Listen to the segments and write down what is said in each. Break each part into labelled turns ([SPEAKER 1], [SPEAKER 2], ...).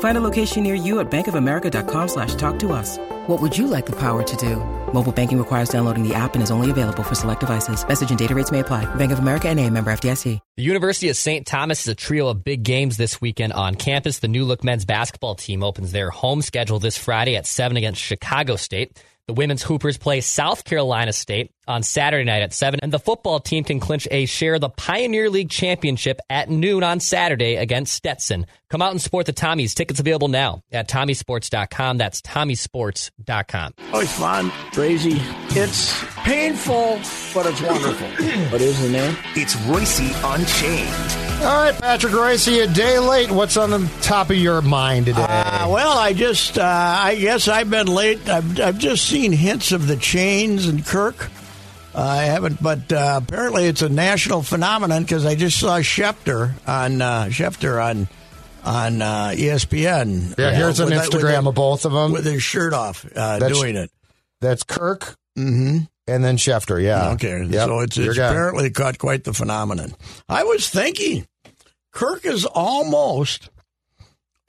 [SPEAKER 1] Find a location near you at bankofamerica.com slash talk to us. What would you like the power to do? Mobile banking requires downloading the app and is only available for select devices. Message and data rates may apply. Bank of America and a member FDIC.
[SPEAKER 2] The University of St. Thomas is a trio of big games this weekend on campus. The new look men's basketball team opens their home schedule this Friday at 7 against Chicago State. The women's Hoopers play South Carolina State on Saturday night at 7, and the football team can clinch a share of the Pioneer League Championship at noon on Saturday against Stetson. Come out and support the Tommies. Tickets available now at TommySports.com. That's TommySports.com.
[SPEAKER 3] Oh, it's fun, crazy. It's painful, but it's wonderful. what is the name?
[SPEAKER 4] It's Royce Unchained.
[SPEAKER 5] All right, Patrick Ricey, a day late. What's on the top of your mind today?
[SPEAKER 3] Uh, well, I just, uh, I guess I've been late. I've, I've just seen hints of the chains and Kirk. Uh, I haven't, but uh, apparently it's a national phenomenon because I just saw Schefter on uh, Schefter on on uh, ESPN.
[SPEAKER 5] yeah, here's
[SPEAKER 3] uh,
[SPEAKER 5] an
[SPEAKER 3] with- with
[SPEAKER 5] Instagram
[SPEAKER 3] his-
[SPEAKER 5] of both of them.
[SPEAKER 3] with his shirt off, uh,
[SPEAKER 5] That's-
[SPEAKER 3] doing it. Mm-hmm.
[SPEAKER 5] That's Kirk and then Schefter. Yeah.
[SPEAKER 3] Okay,
[SPEAKER 5] Yep,
[SPEAKER 3] so it's,
[SPEAKER 5] your
[SPEAKER 3] it's
[SPEAKER 5] guy.
[SPEAKER 3] apparently caught quite the phenomenon. I was thinking, Kirk is almost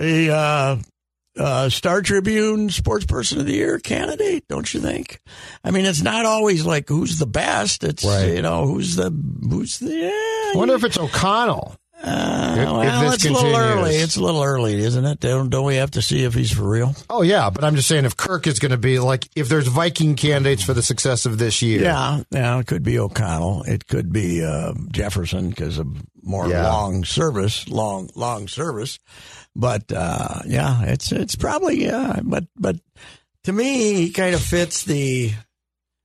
[SPEAKER 3] a uh, uh, Star Tribune Sports Person of the Year candidate, don't you think? I mean, it's not always like who's the best. It's
[SPEAKER 5] Right.
[SPEAKER 3] you know who's the who's the. Yeah,
[SPEAKER 5] I wonder if it's O'Connell.
[SPEAKER 3] uh,
[SPEAKER 5] if- if
[SPEAKER 3] well,
[SPEAKER 5] this
[SPEAKER 3] it's a little
[SPEAKER 5] continues.
[SPEAKER 3] early. It's a little early, isn't it? Don't, don't we have to see if he's for real?
[SPEAKER 5] Oh yeah, but I'm just saying if Kirk is going to be like if there's Viking candidates for the success of this year.
[SPEAKER 3] Yeah, yeah, it could be O'Connell. It could be uh, Jefferson because of more
[SPEAKER 5] Yeah.
[SPEAKER 3] long service, long long service. But uh, yeah, it's it's probably yeah. But but to me, he kind of fits the.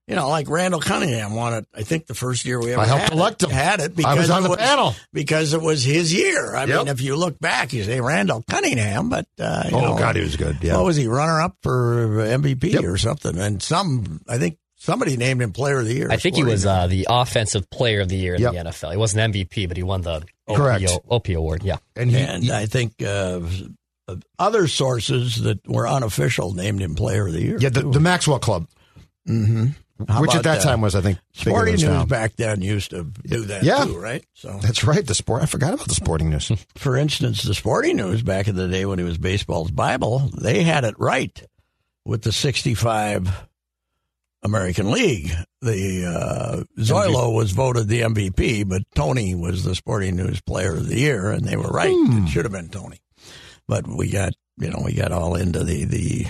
[SPEAKER 3] You know, like Randall Cunningham won it. I think the first year we ever
[SPEAKER 5] I helped
[SPEAKER 3] had
[SPEAKER 5] elect
[SPEAKER 3] it,
[SPEAKER 5] him.
[SPEAKER 3] had it because
[SPEAKER 5] I was on
[SPEAKER 3] it
[SPEAKER 5] the panel.
[SPEAKER 3] because it was his year. I
[SPEAKER 5] Yep.
[SPEAKER 3] mean, if you look back, you say Randall Cunningham, but uh, you
[SPEAKER 5] Oh
[SPEAKER 3] know,
[SPEAKER 5] God, he was good. Yeah.
[SPEAKER 3] what was he runner up for MVP
[SPEAKER 5] Yep.
[SPEAKER 3] or something? And some, I think somebody named him Player of the Year.
[SPEAKER 2] I think he
[SPEAKER 3] Sporting
[SPEAKER 2] was uh, the offensive player of the year in
[SPEAKER 5] Yep.
[SPEAKER 2] the NFL. He wasn't MVP, but he won the OP,
[SPEAKER 5] Correct.
[SPEAKER 2] OP award. Yeah.
[SPEAKER 5] and he,
[SPEAKER 3] and I think uh, other sources that were unofficial named him Player of the Year.
[SPEAKER 5] yeah, the, the Maxwell Club,
[SPEAKER 3] mm-hmm.
[SPEAKER 5] which at that, time was I think bigger
[SPEAKER 3] Sporting
[SPEAKER 5] than
[SPEAKER 3] News
[SPEAKER 5] it's now.
[SPEAKER 3] back then used to do that
[SPEAKER 5] Yeah.
[SPEAKER 3] too, right? So,
[SPEAKER 5] That's right. The sport. I forgot about the sporting news.
[SPEAKER 3] for instance, the Sporting News back in the day when it was baseball's Bible, they had it right with the '65 American League. The uh, Zoilo was voted the MVP, but Tony was the Sporting News Player of the Year, and they were right. It should have been Tony, but we got you know we got all into the the.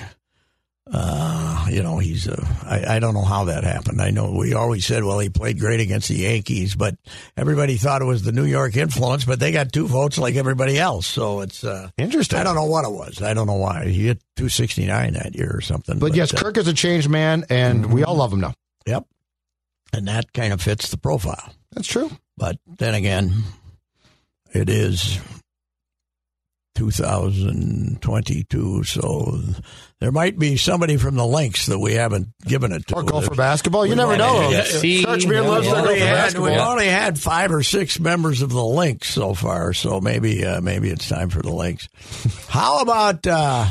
[SPEAKER 3] Uh, you know, he's a, I, I don't know how that happened. I know we always said, well, he played great against the Yankees, but everybody thought it was the New York influence, but they got two votes like everybody else. So it's, uh,
[SPEAKER 5] Interesting.
[SPEAKER 3] I don't know what it was. I don't know why. He hit 269 that year or something.
[SPEAKER 5] But yes,
[SPEAKER 3] uh,
[SPEAKER 5] Kirk is a changed man, and we all love him now.
[SPEAKER 3] Yep. And that kind of fits the profile.
[SPEAKER 5] That's true.
[SPEAKER 3] But then again, it is 2022, so there might be somebody from the links that we haven't given it to.
[SPEAKER 5] Or go for
[SPEAKER 3] There's-
[SPEAKER 5] basketball. You
[SPEAKER 3] we
[SPEAKER 5] never
[SPEAKER 3] wanna
[SPEAKER 5] know.
[SPEAKER 3] get-
[SPEAKER 2] See,
[SPEAKER 5] Search me and
[SPEAKER 2] yeah,
[SPEAKER 5] loves
[SPEAKER 3] We
[SPEAKER 2] yeah.
[SPEAKER 5] to go
[SPEAKER 3] only,
[SPEAKER 5] for
[SPEAKER 3] had, we
[SPEAKER 5] basketball.
[SPEAKER 3] only had five or six members of the links so far, so maybe uh, maybe it's time for the links. How about uh,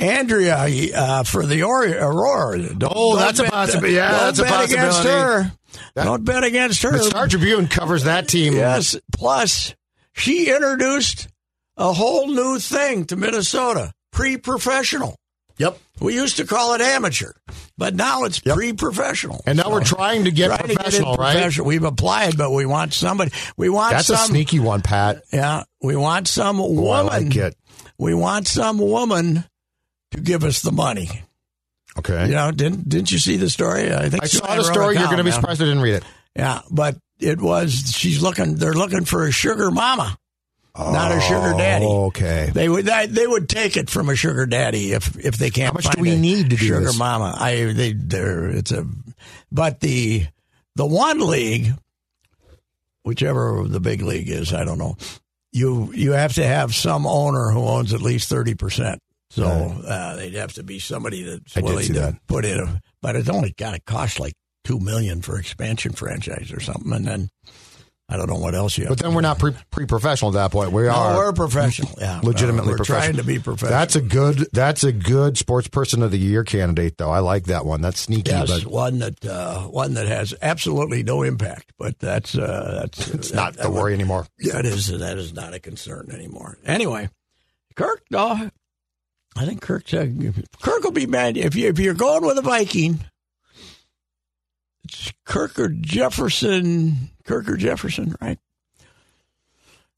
[SPEAKER 3] Andrea uh, for the Ori- Aurora? Don't,
[SPEAKER 5] Oh, that's a possibi- yeah,
[SPEAKER 3] don't
[SPEAKER 5] that's a
[SPEAKER 3] bet Against
[SPEAKER 5] possibility.
[SPEAKER 3] her. don't bet against her.
[SPEAKER 5] The Star Tribune covers that team.
[SPEAKER 3] Yes. Plus, she introduced a whole new thing to Minnesota pre professional.
[SPEAKER 5] Yep.
[SPEAKER 3] We used to call it amateur, but now it's pre professional.
[SPEAKER 5] And now we're trying to get professional, right?
[SPEAKER 3] We've applied, but we want somebody. We want
[SPEAKER 5] That's
[SPEAKER 3] some.
[SPEAKER 5] a sneaky one, Pat.
[SPEAKER 3] Yeah, we want some woman.
[SPEAKER 5] Oh, I like it.
[SPEAKER 3] We want some woman to give us the money.
[SPEAKER 5] Okay.
[SPEAKER 3] You know, didn't didn't you see the story? I think
[SPEAKER 5] I saw
[SPEAKER 3] somebody
[SPEAKER 5] the
[SPEAKER 3] wrote it
[SPEAKER 5] story. You're
[SPEAKER 3] down
[SPEAKER 5] going to be
[SPEAKER 3] now.
[SPEAKER 5] surprised I didn't read it.
[SPEAKER 3] Yeah, but it was she's looking. They're looking for a sugar mama, not a sugar daddy.
[SPEAKER 5] Oh, Okay.
[SPEAKER 3] They would they, they would take it from a sugar daddy if if they can't.
[SPEAKER 5] How much do
[SPEAKER 3] find
[SPEAKER 5] we
[SPEAKER 3] a
[SPEAKER 5] need to do
[SPEAKER 3] sugar
[SPEAKER 5] this?
[SPEAKER 3] mama? I they they're it's a, but the the one league, whichever the big league is, I don't know. You you have to have some owner who owns at least thirty percent. So uh, they'd have to be somebody that's
[SPEAKER 5] I did
[SPEAKER 3] willing
[SPEAKER 5] see
[SPEAKER 3] to
[SPEAKER 5] that.
[SPEAKER 3] put in. A, but it's only got to cost like two million for expansion franchise or something, and then I don't know what else you. have
[SPEAKER 5] But
[SPEAKER 3] to
[SPEAKER 5] then we're not pre professional at that point. We
[SPEAKER 3] no,
[SPEAKER 5] are
[SPEAKER 3] we're professional. Yeah, Uh,
[SPEAKER 5] legitimately
[SPEAKER 3] we're
[SPEAKER 5] professional.
[SPEAKER 3] trying to be professional.
[SPEAKER 5] That's a good. That's a good sports person of the year candidate, though. I like that one. That's sneaky,
[SPEAKER 3] yes,
[SPEAKER 5] but
[SPEAKER 3] one that uh, one that has absolutely no impact. But that's uh, that's
[SPEAKER 5] it's not
[SPEAKER 3] that-
[SPEAKER 5] the worry anymore.
[SPEAKER 3] That is that is not a concern anymore. Anyway, Kirk. No, I think Kirk's uh, Kirk will be mad if you if you're going with a Viking. It's Kirk or Jefferson. Kirk or Jefferson, right?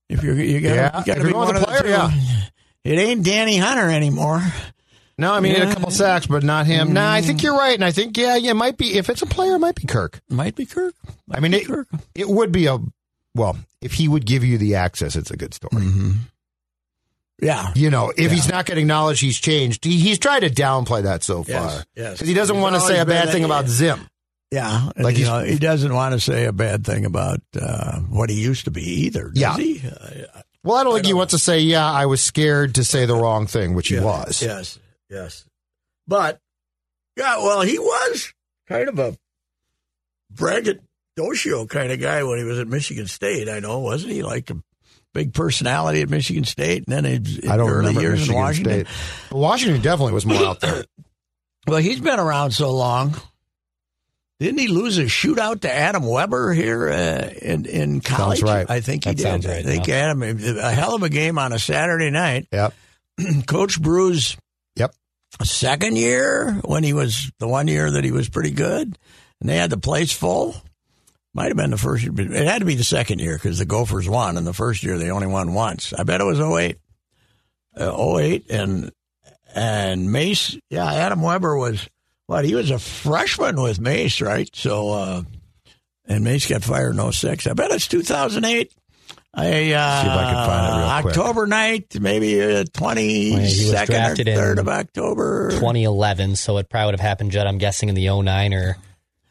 [SPEAKER 3] If you're you got
[SPEAKER 5] Yeah,
[SPEAKER 3] you
[SPEAKER 5] if
[SPEAKER 3] got to
[SPEAKER 5] you're
[SPEAKER 3] be
[SPEAKER 5] going
[SPEAKER 3] one of
[SPEAKER 5] with a
[SPEAKER 3] the
[SPEAKER 5] player, yeah.
[SPEAKER 3] two. It ain't Danny Hunter anymore.
[SPEAKER 5] No, I mean he
[SPEAKER 3] Yeah.
[SPEAKER 5] had
[SPEAKER 3] Mm.
[SPEAKER 5] a couple sacks, but not him. No, I think you're right, and I think yeah, yeah, it might be. If it's a player, it might be Kirk.
[SPEAKER 3] Might be Kirk.
[SPEAKER 5] I mean, it,
[SPEAKER 3] Kirk.
[SPEAKER 5] it would be a well if he would give you the access. It's a good story.
[SPEAKER 3] Mm. Yeah.
[SPEAKER 5] You know, if he's not getting knowledge, he's changed. He, he's tried to downplay that so far
[SPEAKER 3] Yes,
[SPEAKER 5] because
[SPEAKER 3] yes.
[SPEAKER 5] he doesn't
[SPEAKER 3] He's
[SPEAKER 5] want to say
[SPEAKER 3] always
[SPEAKER 5] a bad
[SPEAKER 3] been
[SPEAKER 5] thing
[SPEAKER 3] that-
[SPEAKER 5] about Zim.
[SPEAKER 3] Yeah,
[SPEAKER 5] Like
[SPEAKER 3] like you
[SPEAKER 5] he's-
[SPEAKER 3] know, he doesn't want to say a bad thing about uh, what he used to be either. Does
[SPEAKER 5] Yeah.
[SPEAKER 3] he? Uh,
[SPEAKER 5] Well, I don't think he
[SPEAKER 3] don't-
[SPEAKER 5] wants to say, yeah, I was scared to say the wrong thing, which
[SPEAKER 3] yeah,
[SPEAKER 5] he was.
[SPEAKER 3] Yes, yes. But yeah, well, he was kind of a braggadocio kind of guy when he was at Michigan State. I know, wasn't he? Like a big personality at Michigan State, and then in
[SPEAKER 5] I don't
[SPEAKER 3] early
[SPEAKER 5] remember
[SPEAKER 3] years
[SPEAKER 5] Michigan
[SPEAKER 3] in Washington.
[SPEAKER 5] State. But Washington definitely was more out there.
[SPEAKER 3] Well, he's been around so long. Didn't he lose a shootout to Adam Weber here uh, in in college?
[SPEAKER 5] right.
[SPEAKER 3] I think he
[SPEAKER 2] That
[SPEAKER 3] did.
[SPEAKER 2] sounds right,
[SPEAKER 3] I think
[SPEAKER 2] yeah.
[SPEAKER 3] Adam a hell of a game on a Saturday night.
[SPEAKER 5] Yep.
[SPEAKER 3] Coach Brew's
[SPEAKER 5] Yep.
[SPEAKER 3] second year when he was the one year that he was pretty good, and they had the place full. Might have been the first. year, but It had to be the second year because the Gophers won, and the first year they only won once. I bet it was 08. Uh, 08 and and Mace. Yeah, Adam Weber was what he was a freshman with Mace, right? So uh, and Mace got fired in 06. I bet it's 2008. I uh,
[SPEAKER 5] See if I can find it real quick.
[SPEAKER 3] October night, maybe uh,
[SPEAKER 2] Well,
[SPEAKER 3] twenty
[SPEAKER 2] he was
[SPEAKER 3] second or
[SPEAKER 2] drafted in
[SPEAKER 3] third of October.
[SPEAKER 2] 2011, so it probably would have happened, Judd, I'm guessing, in the 09 or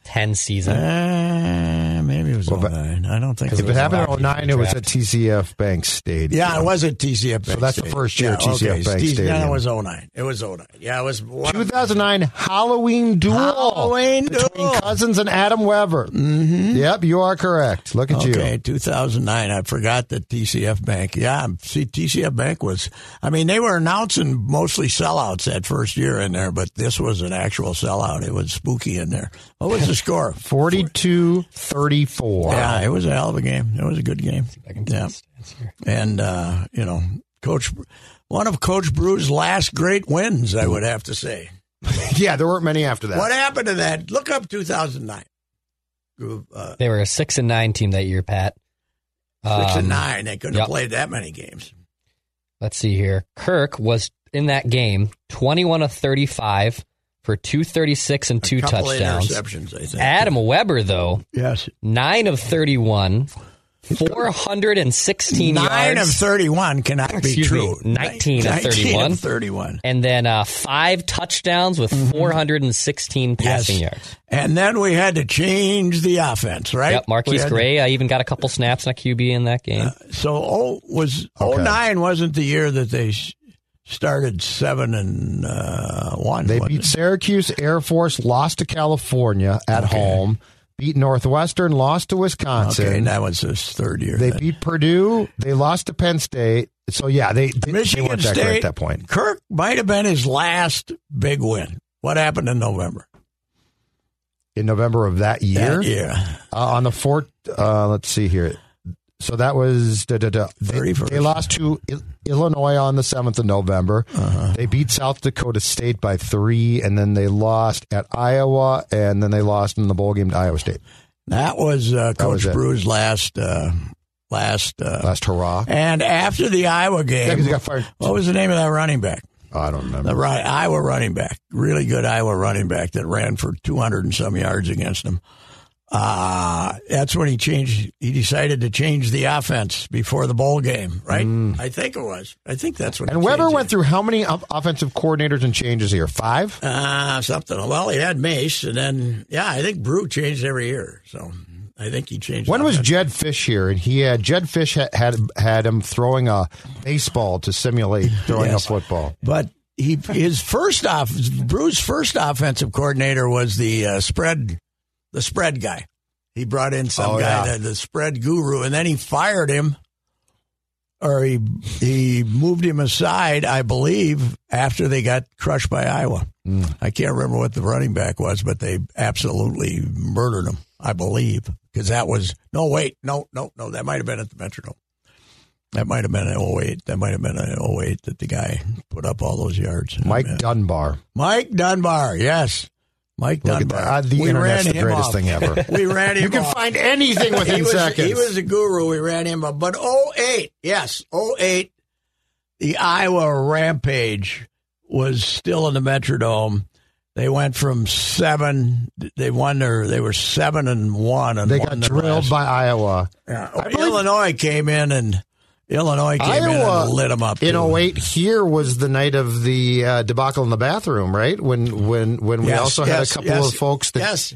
[SPEAKER 2] 10 season.
[SPEAKER 3] Uh, maybe it was
[SPEAKER 5] Well, but-
[SPEAKER 3] 09. I don't think
[SPEAKER 5] If it
[SPEAKER 3] was
[SPEAKER 5] happened
[SPEAKER 3] 09.
[SPEAKER 5] in 09, it was at TCF Bank Stadium.
[SPEAKER 3] Yeah, it was at TCF.
[SPEAKER 5] So
[SPEAKER 3] Bank
[SPEAKER 5] that's the
[SPEAKER 3] Stadium.
[SPEAKER 5] first year at TCF
[SPEAKER 3] okay.
[SPEAKER 5] Bank
[SPEAKER 3] Steve-
[SPEAKER 5] Stadium.
[SPEAKER 3] Yeah, it was 09. It was 09. Yeah, it was one of-
[SPEAKER 5] 2009 Halloween duel.
[SPEAKER 3] Halloween
[SPEAKER 5] between
[SPEAKER 3] duel.
[SPEAKER 5] Cousins and Adam Weber. Mm-hmm. Yep, you are correct. Look at
[SPEAKER 3] Okay,
[SPEAKER 5] you.
[SPEAKER 3] 2009. I forgot that TCF Bank. Yeah, see, TCF Bank was. I mean, they were announcing mostly sellouts that first year in there, but this was an actual sellout. It was spooky in there. What was the score?
[SPEAKER 5] 42 34.
[SPEAKER 3] Yeah, it was a hell of a game. It was a good game. Yeah. And, uh, you know, Coach, one of Coach Brew's last great wins, I would have to say.
[SPEAKER 5] Yeah, there weren't many after that.
[SPEAKER 3] What happened to that? Look up 2009. Group, Uh,
[SPEAKER 2] They were a six and nine team that year, Pat.
[SPEAKER 3] six
[SPEAKER 2] Um,
[SPEAKER 3] and nine. They couldn't
[SPEAKER 2] yep.
[SPEAKER 3] have played that many games.
[SPEAKER 2] Let's see here. Kirk was in that game, twenty-one of thirty-five for two thirty-six and two
[SPEAKER 3] a couple
[SPEAKER 2] touchdowns.
[SPEAKER 3] interceptions, I think.
[SPEAKER 2] Adam Weber, though,
[SPEAKER 3] Yes.
[SPEAKER 2] nine of thirty-one, four hundred and sixteen
[SPEAKER 3] Nine
[SPEAKER 2] yards,
[SPEAKER 3] of 31 cannot be
[SPEAKER 2] Excuse me,
[SPEAKER 3] true.
[SPEAKER 2] 19 of 31.
[SPEAKER 3] 31.
[SPEAKER 2] and then uh, five touchdowns with four hundred and sixteen passing
[SPEAKER 3] Mm-hmm. Yes.
[SPEAKER 2] yards.
[SPEAKER 3] And then we had to change the offense, right?
[SPEAKER 2] Yep,
[SPEAKER 3] We
[SPEAKER 2] Marquise
[SPEAKER 3] had to-
[SPEAKER 2] Gray. I even got a couple snaps and a QB in that game.
[SPEAKER 3] So oh was oh
[SPEAKER 5] Okay.
[SPEAKER 3] nine wasn't the year that they s- started seven and uh, one.
[SPEAKER 5] They
[SPEAKER 3] wasn't
[SPEAKER 5] beat Syracuse Air Force, lost to California at home, beat Northwestern, lost to
[SPEAKER 3] it?
[SPEAKER 5] Wisconsin.
[SPEAKER 3] okay, and that was his third year.
[SPEAKER 5] They
[SPEAKER 3] then.
[SPEAKER 5] beat Purdue. They lost to Penn State. So yeah, they they, they
[SPEAKER 3] Michigan
[SPEAKER 5] weren't that
[SPEAKER 3] State
[SPEAKER 5] great at that point.
[SPEAKER 3] Kirk might have been his last big win. What happened in November?
[SPEAKER 5] In November of that year,
[SPEAKER 3] That year.
[SPEAKER 5] Uh, on the fourth, uh, let's see here. So that was da, da, da. They,
[SPEAKER 3] 31st.
[SPEAKER 5] they lost to Il- Illinois on the seventh of November.
[SPEAKER 3] Uh-huh.
[SPEAKER 5] They beat South Dakota State by three, and then they lost at Iowa, and then they lost in the bowl game to Iowa State.
[SPEAKER 3] That was uh, Coach
[SPEAKER 5] was it.
[SPEAKER 3] Brew's last uh, last. Uh,
[SPEAKER 5] Last hurrah!
[SPEAKER 3] and after the Iowa
[SPEAKER 5] Yeah,
[SPEAKER 3] game,
[SPEAKER 5] 'cause he got fired.
[SPEAKER 3] what was the name of that running back?
[SPEAKER 5] Oh, I don't remember.
[SPEAKER 3] The right Iowa running back, really good Iowa running back that ran for two hundred and some yards against him. Uh, that's when he changed. He decided to change the offense before the bowl game, right? I think it was. I think that's when.
[SPEAKER 5] Mm. And
[SPEAKER 3] he
[SPEAKER 5] Weber
[SPEAKER 3] changed
[SPEAKER 5] went
[SPEAKER 3] it.
[SPEAKER 5] through how many o- offensive coordinators and changes here? Five?
[SPEAKER 3] uh, something. Well, he had Mace, and then yeah, I think Brew changed every year. So I think he changed.
[SPEAKER 5] When
[SPEAKER 3] the
[SPEAKER 5] was
[SPEAKER 3] offense.
[SPEAKER 5] Jed Fish here? And he had Jed Fish had had, had him throwing a baseball to simulate throwing
[SPEAKER 3] Yes.
[SPEAKER 5] a football.
[SPEAKER 3] But he his first off Brew's first offensive coordinator was the uh, spread the spread guy. He brought in some
[SPEAKER 5] Oh,
[SPEAKER 3] guy
[SPEAKER 5] yeah.
[SPEAKER 3] the, the spread guru, and then he fired him, or he he moved him aside, I believe, after they got crushed by Iowa.
[SPEAKER 5] Hmm.
[SPEAKER 3] I can't remember what the running back was, but they absolutely murdered him, I believe, because that was no wait, no, no, no, that might have been at the Metrodome. That might have been an 08. That might have been an 08 that the guy put up all those yards.
[SPEAKER 5] Mike
[SPEAKER 3] Yeah.
[SPEAKER 5] Dunbar.
[SPEAKER 3] Mike Dunbar, yes. Mike
[SPEAKER 5] Look at
[SPEAKER 3] Dunbar.
[SPEAKER 5] that. Uh, the internet's the
[SPEAKER 3] him
[SPEAKER 5] greatest
[SPEAKER 3] off.
[SPEAKER 5] thing ever.
[SPEAKER 3] We ran him
[SPEAKER 5] You can
[SPEAKER 3] off.
[SPEAKER 5] find anything within
[SPEAKER 3] he was,
[SPEAKER 5] seconds.
[SPEAKER 3] He was a guru. We ran him up. But 08, yes, 08, the Iowa Rampage was still in the Metrodome. They went from seven. They won their. They were seven and one, and
[SPEAKER 5] they
[SPEAKER 3] won
[SPEAKER 5] got
[SPEAKER 3] the
[SPEAKER 5] drilled
[SPEAKER 3] last-
[SPEAKER 5] by Iowa.
[SPEAKER 3] Yeah.
[SPEAKER 5] I believe-
[SPEAKER 3] Illinois came in and Illinois came in and lit them up
[SPEAKER 5] in
[SPEAKER 3] too.
[SPEAKER 5] 08 here was the night of the uh, debacle in the bathroom, right? When when when we
[SPEAKER 3] Yes,
[SPEAKER 5] also had
[SPEAKER 3] yes,
[SPEAKER 5] a couple
[SPEAKER 3] yes,
[SPEAKER 5] of folks that
[SPEAKER 3] yes,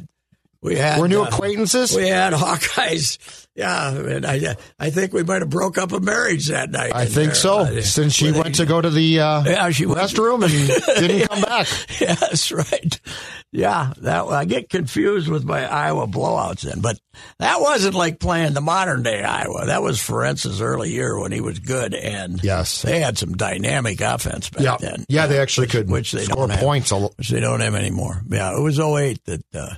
[SPEAKER 3] we had
[SPEAKER 5] were new
[SPEAKER 3] uh,
[SPEAKER 5] acquaintances.
[SPEAKER 3] We had Hawkeyes. Yeah, and I, I think we might have broke up a marriage that night.
[SPEAKER 5] I
[SPEAKER 3] in
[SPEAKER 5] think
[SPEAKER 3] there.
[SPEAKER 5] so.
[SPEAKER 3] Uh,
[SPEAKER 5] Since she
[SPEAKER 3] with-
[SPEAKER 5] went to go to the uh,
[SPEAKER 3] Yeah, she went-
[SPEAKER 5] restroom and didn't come back.
[SPEAKER 3] Yes, right. Yeah, that I get confused with my Iowa blowouts then, but that wasn't like playing the modern day Iowa. That was Ferentz's early year when he was good, and
[SPEAKER 5] Yes.
[SPEAKER 3] they had some dynamic offense back
[SPEAKER 5] Yeah,
[SPEAKER 3] then. uh,
[SPEAKER 5] yeah, they actually could
[SPEAKER 3] which they
[SPEAKER 5] score
[SPEAKER 3] don't have.
[SPEAKER 5] points. A l-
[SPEAKER 3] which they don't have anymore. Yeah, it was 08 that, uh,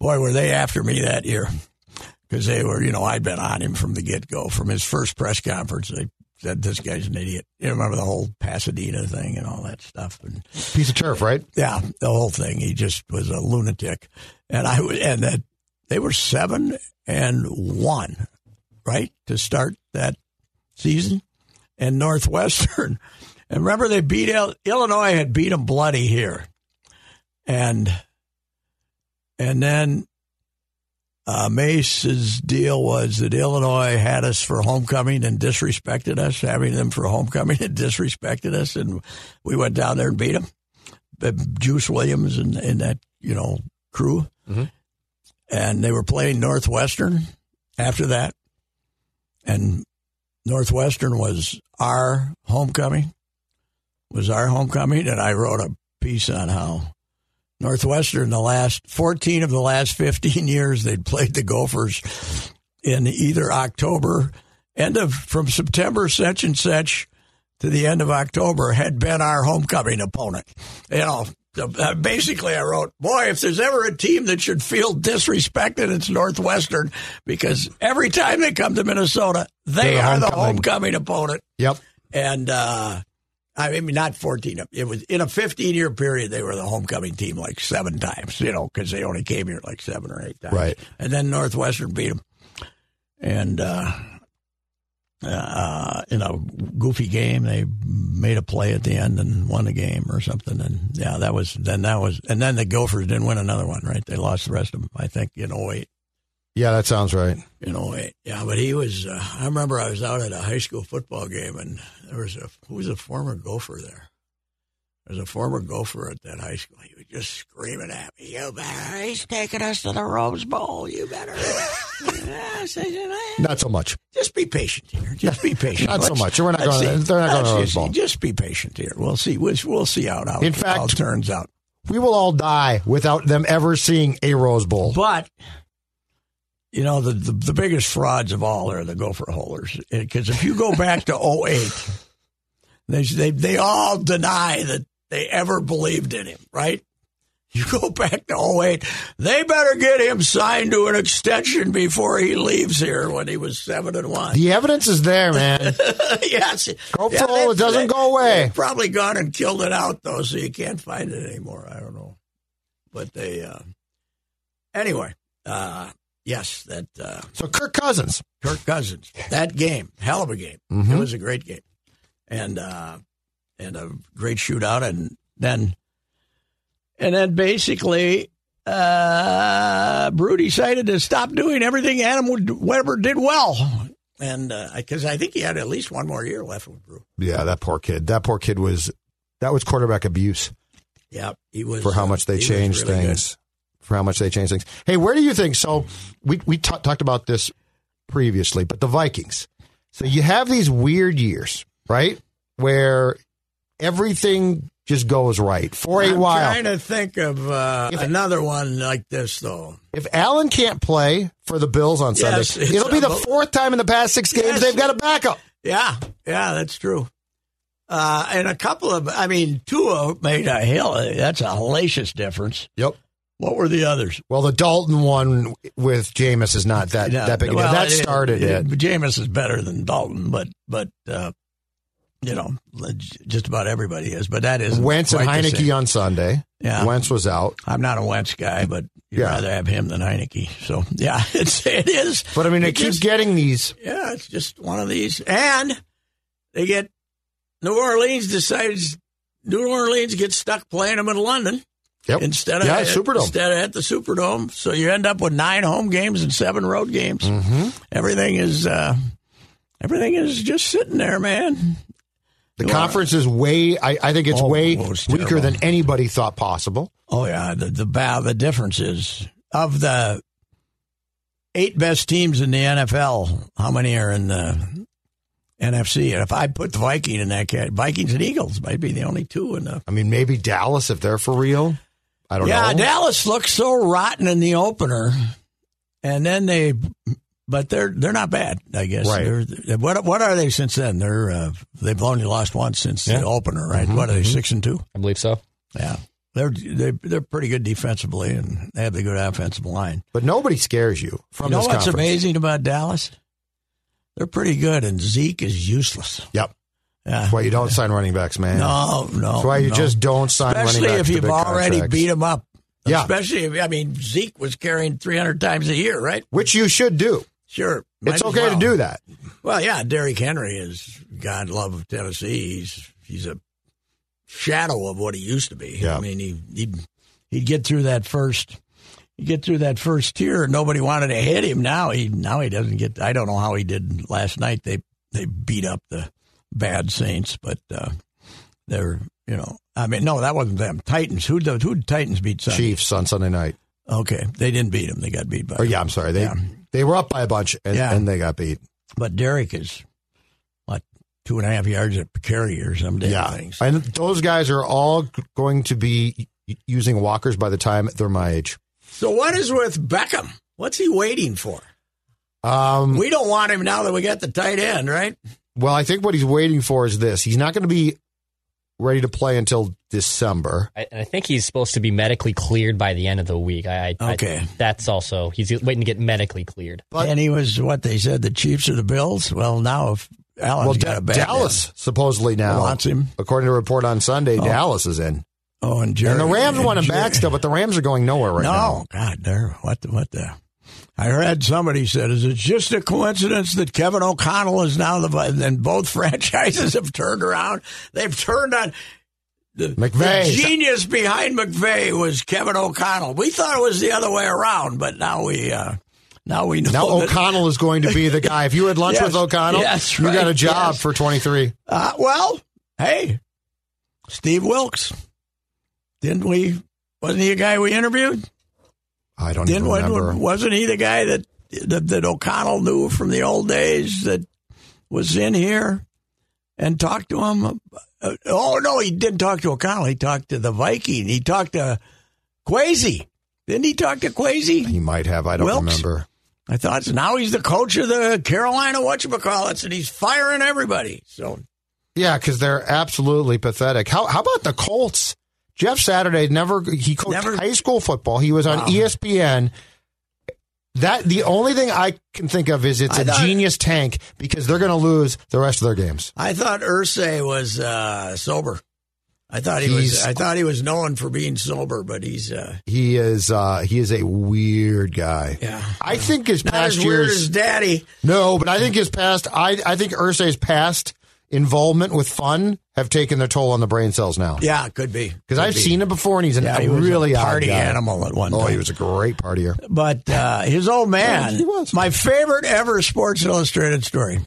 [SPEAKER 3] boy, were they after me that year. Because they were, you know, I'd been on him from the get go. From his first press conference, they said, this guy's an idiot. You remember the whole Pasadena thing and all that stuff. And
[SPEAKER 5] piece of turf, right?
[SPEAKER 3] yeah, the whole thing. He just was a lunatic. And I was, and that they were seven and one, right, to start that season. And Northwestern, and remember they beat Il- Illinois had beat them bloody here, and and then uh, Mace's deal was that Illinois had us for homecoming and disrespected us, having them for homecoming and disrespected us, and we went down there and beat them. Uh, Juice Williams and, and that you know crew, and they were playing Northwestern after that, and Northwestern was our homecoming, was our homecoming, and I wrote a piece on how Northwestern the last fourteen of the last fifteen years they'd played the Gophers in either October, end of from September such and such to the end of October had been our homecoming opponent. You know, uh, basically, I wrote, boy, if there's ever a team that should feel disrespected, it's Northwestern because every time they come to Minnesota, they
[SPEAKER 5] They're the
[SPEAKER 3] are the
[SPEAKER 5] homecoming.
[SPEAKER 3] homecoming opponent.
[SPEAKER 5] Yep.
[SPEAKER 3] And, uh, I mean, not 14. It was in a 15 year period, they were the homecoming team like seven times, you know, because they only came here like seven or eight times.
[SPEAKER 5] Right.
[SPEAKER 3] And then Northwestern beat them. And, uh, uh, in a goofy game, they made a play at the end and won the game or something. And yeah, that was, then that was, and then the Gophers didn't win another one, right? They lost the rest of them, I think, in 08
[SPEAKER 5] Yeah, that sounds right.
[SPEAKER 3] in 08. eh, Yeah, but he was, uh, I remember I was out at a high school football game and there was a, who was a former gopher there? There was a former gopher at that high school. He was just screaming at me, you better, he's taking us to the Rose Bowl. You better. I said, "You know, eh,
[SPEAKER 5] Not so much.
[SPEAKER 3] just be patient here. Just be patient.
[SPEAKER 5] Not so
[SPEAKER 3] Let's-
[SPEAKER 5] much. We're not
[SPEAKER 3] let's
[SPEAKER 5] going-
[SPEAKER 3] see.
[SPEAKER 5] they're not going to
[SPEAKER 3] Let's
[SPEAKER 5] Rose
[SPEAKER 3] see.
[SPEAKER 5] Bowl.
[SPEAKER 3] Just be patient here. We'll see. We'll, we'll see how it, out-
[SPEAKER 5] In
[SPEAKER 3] how it
[SPEAKER 5] fact-
[SPEAKER 3] turns out.
[SPEAKER 5] We will all die without them ever seeing a Rose Bowl.
[SPEAKER 3] But you know the, the the biggest frauds of all are the gopher holders because if you go back to 08, they they they all deny that they ever believed in him, right? You go back to 08, they better get him signed to an extension before he leaves here when he was 7 and 1.
[SPEAKER 5] The evidence is there, man.
[SPEAKER 3] yes.
[SPEAKER 5] Go
[SPEAKER 3] Yeah,
[SPEAKER 5] pro,
[SPEAKER 3] they-
[SPEAKER 5] it doesn't
[SPEAKER 3] Oh, they-
[SPEAKER 5] go away.
[SPEAKER 3] they've Probably gone and killed it out though, so you can't find it anymore. I don't know, but they. Uh, anyway, uh, yes, that uh,
[SPEAKER 5] So Kirk Cousins.
[SPEAKER 3] Kirk Cousins that game, hell of a game. It
[SPEAKER 5] Mhm.
[SPEAKER 3] was a great game, and uh, and a great shootout, and then and then basically uh, Brew decided to stop doing everything Adam Wood- Weber did well. And because I think he had at least one more year left with Brew.
[SPEAKER 5] Yeah, that poor kid. That poor kid was that was quarterback abuse
[SPEAKER 3] Yeah, he was
[SPEAKER 5] for how
[SPEAKER 3] uh,
[SPEAKER 5] much
[SPEAKER 3] he
[SPEAKER 5] they
[SPEAKER 3] was
[SPEAKER 5] changed
[SPEAKER 3] really good.
[SPEAKER 5] things. For how much they changed things. Hey, where do you think? So we we ta- talked about this previously, but the Vikings. So you have these weird years, right, where everything just goes right for a
[SPEAKER 3] I'm
[SPEAKER 5] while.
[SPEAKER 3] trying to think of uh, another one like this though.
[SPEAKER 5] If Allen can't play for the Bills on Sunday,
[SPEAKER 3] Yes, it's
[SPEAKER 5] it'll be the
[SPEAKER 3] unbel-
[SPEAKER 5] fourth time in the past six games
[SPEAKER 3] Yes.
[SPEAKER 5] they've got a backup.
[SPEAKER 3] Yeah, yeah, that's true. Uh, and a couple of, I mean, Tua made a hill. That's a hellacious difference.
[SPEAKER 5] Yep.
[SPEAKER 3] What were the others?
[SPEAKER 5] Well, the Dalton one with Jameis is not that
[SPEAKER 3] No,
[SPEAKER 5] that big.
[SPEAKER 3] well,
[SPEAKER 5] that started it.
[SPEAKER 3] Jameis is better than Dalton, but but uh, you know, just about everybody is. But that is
[SPEAKER 5] Wentz and Heineke on Sunday.
[SPEAKER 3] Yeah.
[SPEAKER 5] Wentz was out.
[SPEAKER 3] I'm not a Wentz guy, but you'd
[SPEAKER 5] Yeah.
[SPEAKER 3] rather have him than Heineke. So yeah, it's it is.
[SPEAKER 5] But I mean, they
[SPEAKER 3] It
[SPEAKER 5] keep
[SPEAKER 3] just-
[SPEAKER 5] getting these.
[SPEAKER 3] Yeah, it's just one of these. And they get New Orleans decides New Orleans gets stuck playing them in London
[SPEAKER 5] Yep.
[SPEAKER 3] instead of
[SPEAKER 5] yeah,
[SPEAKER 3] at,
[SPEAKER 5] Superdome.
[SPEAKER 3] instead of at the Superdome. So you end up with nine home games and seven road games.
[SPEAKER 5] hmm
[SPEAKER 3] Everything is uh, everything is just sitting there, man.
[SPEAKER 5] The
[SPEAKER 3] New
[SPEAKER 5] conference is way. I, I think it's
[SPEAKER 3] Oh,
[SPEAKER 5] way
[SPEAKER 3] it was
[SPEAKER 5] weaker
[SPEAKER 3] terrible.
[SPEAKER 5] than anybody thought possible.
[SPEAKER 3] Oh yeah, the the ba- the difference is of the eight best teams in the NFL. How many are in the NFC? And if I put the Viking in that cat, Vikings and Eagles might be the only two in the.
[SPEAKER 5] I mean, maybe Dallas if they're for real. I don't
[SPEAKER 3] Yeah,
[SPEAKER 5] know.
[SPEAKER 3] Dallas looks so rotten in the opener, and then they, but they're they're not bad. I guess.
[SPEAKER 5] Right.
[SPEAKER 3] They're, what what are they since then? They're uh, they've only lost once since
[SPEAKER 2] Yeah.
[SPEAKER 3] the opener, right?
[SPEAKER 5] Mm-hmm,
[SPEAKER 3] What are they six and two?
[SPEAKER 2] I believe so.
[SPEAKER 3] Yeah. They're, they're they're pretty good defensively, and they have a good offensive line.
[SPEAKER 5] but nobody scares you from
[SPEAKER 3] you know
[SPEAKER 5] this
[SPEAKER 3] what's
[SPEAKER 5] conference.
[SPEAKER 3] amazing about Dallas? They're pretty good, and Zeke is useless.
[SPEAKER 5] Yep.
[SPEAKER 3] Yeah.
[SPEAKER 5] That's why you don't sign running backs, man.
[SPEAKER 3] No, no.
[SPEAKER 5] That's why you
[SPEAKER 3] no.
[SPEAKER 5] just don't sign
[SPEAKER 3] especially
[SPEAKER 5] running backs
[SPEAKER 3] if
[SPEAKER 5] to
[SPEAKER 3] you've
[SPEAKER 5] big
[SPEAKER 3] already
[SPEAKER 5] contracts.
[SPEAKER 3] beat him up.
[SPEAKER 5] Yeah.
[SPEAKER 3] Especially if I mean Zeke was carrying 300 times a year, right?
[SPEAKER 5] which you should do.
[SPEAKER 3] Sure. Might
[SPEAKER 5] It's
[SPEAKER 3] as
[SPEAKER 5] okay
[SPEAKER 3] well.
[SPEAKER 5] to do that.
[SPEAKER 3] Well, yeah, Derrick Henry is God love of Tennessee. He's he's a shadow of what he used to be.
[SPEAKER 5] Yeah.
[SPEAKER 3] I mean, he he'd, he'd get through that first he'd get through that first tier and nobody wanted to hit him. Now he now he doesn't get I don't know how he did last night. They they beat up the bad Saints, but uh, they're you know I mean no, that wasn't them. Titans. Who the who did Titans beat Sunday?
[SPEAKER 5] Chiefs on Sunday night.
[SPEAKER 3] Okay. They didn't beat him. They got beat by
[SPEAKER 5] Or Oh, yeah, I'm sorry. They
[SPEAKER 3] Yeah.
[SPEAKER 5] they were up by a bunch and,
[SPEAKER 3] Yeah.
[SPEAKER 5] and they got beat.
[SPEAKER 3] But Derek is what two and a half yards a carry or some damn
[SPEAKER 5] yeah,
[SPEAKER 3] things.
[SPEAKER 5] and those guys are all g- going to be y- using walkers by the time they're my age.
[SPEAKER 3] So what is with Beckham? What's he waiting for?
[SPEAKER 5] Um,
[SPEAKER 3] We don't want him now that we got the tight end, right?
[SPEAKER 5] well, I think what he's waiting for is this. He's not going to be ready to play until December.
[SPEAKER 2] I, and I think he's supposed to be medically cleared by the end of the week. I, I
[SPEAKER 3] Okay.
[SPEAKER 2] I, that's also he's waiting to get medically cleared.
[SPEAKER 5] But-
[SPEAKER 3] and he was what they said the Chiefs or the Bills. Well, now if Allen's
[SPEAKER 5] well,
[SPEAKER 3] got
[SPEAKER 5] Da-
[SPEAKER 3] a bad
[SPEAKER 5] Dallas supposedly now
[SPEAKER 3] wants him.
[SPEAKER 5] According to a report on Sunday, Dallas is in,
[SPEAKER 3] Oh, and Jerry
[SPEAKER 5] and the Rams want him
[SPEAKER 3] Jer-
[SPEAKER 5] back still, but the Rams are going nowhere right
[SPEAKER 3] no,
[SPEAKER 5] now.
[SPEAKER 3] God, there. What the? What the? I heard somebody said, "Is it just a coincidence that Kevin O'Connell is now the?" vi- And both franchises have turned around. They've turned on the,
[SPEAKER 5] McVay.
[SPEAKER 3] the genius behind McVeigh was Kevin O'Connell. We thought it was the other way around, but now we uh, now we know.
[SPEAKER 5] Now
[SPEAKER 3] that-
[SPEAKER 5] O'Connell is going to be the guy. If you had lunch
[SPEAKER 3] Yes.
[SPEAKER 5] with O'Connell,
[SPEAKER 3] Yes,
[SPEAKER 5] you got a
[SPEAKER 3] right.
[SPEAKER 5] job
[SPEAKER 3] Yes.
[SPEAKER 5] for twenty three.
[SPEAKER 3] Uh, well, hey, Steve Wilkes, didn't we? Wasn't he a guy we interviewed?
[SPEAKER 5] I don't
[SPEAKER 3] Didn't
[SPEAKER 5] even remember.
[SPEAKER 3] wasn't, wasn't he the guy that, that that O'Connell knew from the old days that was in here and talked to him? Uh, oh no, he didn't talk to O'Connell. He talked to the Viking. He talked to Quasi. Didn't he talk to Quasi?
[SPEAKER 5] He might have. I don't
[SPEAKER 3] Wilkes?
[SPEAKER 5] remember.
[SPEAKER 3] I thought so. now he's the coach of the Carolina whatchamacallits, and he's firing everybody. So
[SPEAKER 5] Yeah, because they're absolutely pathetic. How how about the Colts? Jeff Saturday never he coached
[SPEAKER 3] Never-
[SPEAKER 5] high school football. He was on E ESPN. That the only thing I can think of is it's
[SPEAKER 3] I
[SPEAKER 5] a
[SPEAKER 3] thought-
[SPEAKER 5] genius tank because they're going to lose the rest of their games.
[SPEAKER 3] I thought Ursay was uh, sober. I thought he was.
[SPEAKER 5] He's-
[SPEAKER 3] I thought he was known for being sober, but he's uh,
[SPEAKER 5] He is uh, he is a weird guy.
[SPEAKER 3] yeah.
[SPEAKER 5] I think his
[SPEAKER 3] Not
[SPEAKER 5] past
[SPEAKER 3] as weird
[SPEAKER 5] years
[SPEAKER 3] as Daddy.
[SPEAKER 5] no, but I think his past I I think Ursay's past involvement with fun have taken their toll on the brain cells now.
[SPEAKER 3] Yeah, it could be.
[SPEAKER 5] Because I've seen him before, and he's an,
[SPEAKER 3] Yeah,
[SPEAKER 5] a
[SPEAKER 3] he was a
[SPEAKER 5] really odd
[SPEAKER 3] party
[SPEAKER 5] guy.
[SPEAKER 3] animal at one
[SPEAKER 5] Oh, he
[SPEAKER 3] time.
[SPEAKER 5] was a great partier.
[SPEAKER 3] But uh, his old man,
[SPEAKER 5] Yeah, Oh, he was.
[SPEAKER 3] my favorite ever Sports Illustrated story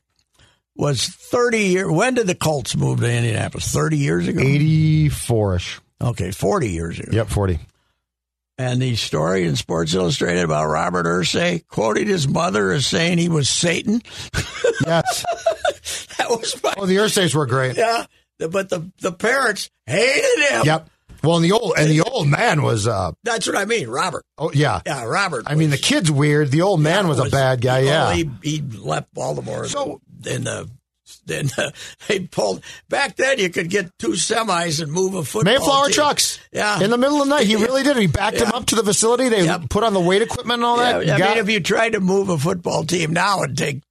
[SPEAKER 3] was 30 years. When did the Colts move to Indianapolis? 30 years ago?
[SPEAKER 5] 84 ish.
[SPEAKER 3] Okay, 40 years ago.
[SPEAKER 5] Yep, 40.
[SPEAKER 3] And the story in Sports Illustrated about Robert Ursay quoting his mother as saying he was Satan.
[SPEAKER 5] Yes.
[SPEAKER 3] That was my.
[SPEAKER 5] oh, the Ursays were great.
[SPEAKER 3] Yeah. But the, the parents hated him.
[SPEAKER 5] Yep. Well, and the old and the old man was uh
[SPEAKER 3] That's what I mean, Robert.
[SPEAKER 5] oh yeah.
[SPEAKER 3] Yeah, Robert.
[SPEAKER 5] I mean the
[SPEAKER 3] was-
[SPEAKER 5] kid's weird. The old man was, a bad guy.
[SPEAKER 3] well,
[SPEAKER 5] Yeah.
[SPEAKER 3] he, he left Baltimore.
[SPEAKER 5] So-
[SPEAKER 3] then uh, then uh, they pulled back then. You could get two semis and move a football.
[SPEAKER 5] Mayflower
[SPEAKER 3] team.
[SPEAKER 5] trucks.
[SPEAKER 3] Yeah.
[SPEAKER 5] In the middle of the night, he really did. it. He backed him
[SPEAKER 3] Yeah.
[SPEAKER 5] up to the facility. They
[SPEAKER 3] Yep.
[SPEAKER 5] put on the weight equipment and all
[SPEAKER 3] Yeah,
[SPEAKER 5] that.
[SPEAKER 3] I
[SPEAKER 5] Got-
[SPEAKER 3] mean, if you tried to move a football team now and take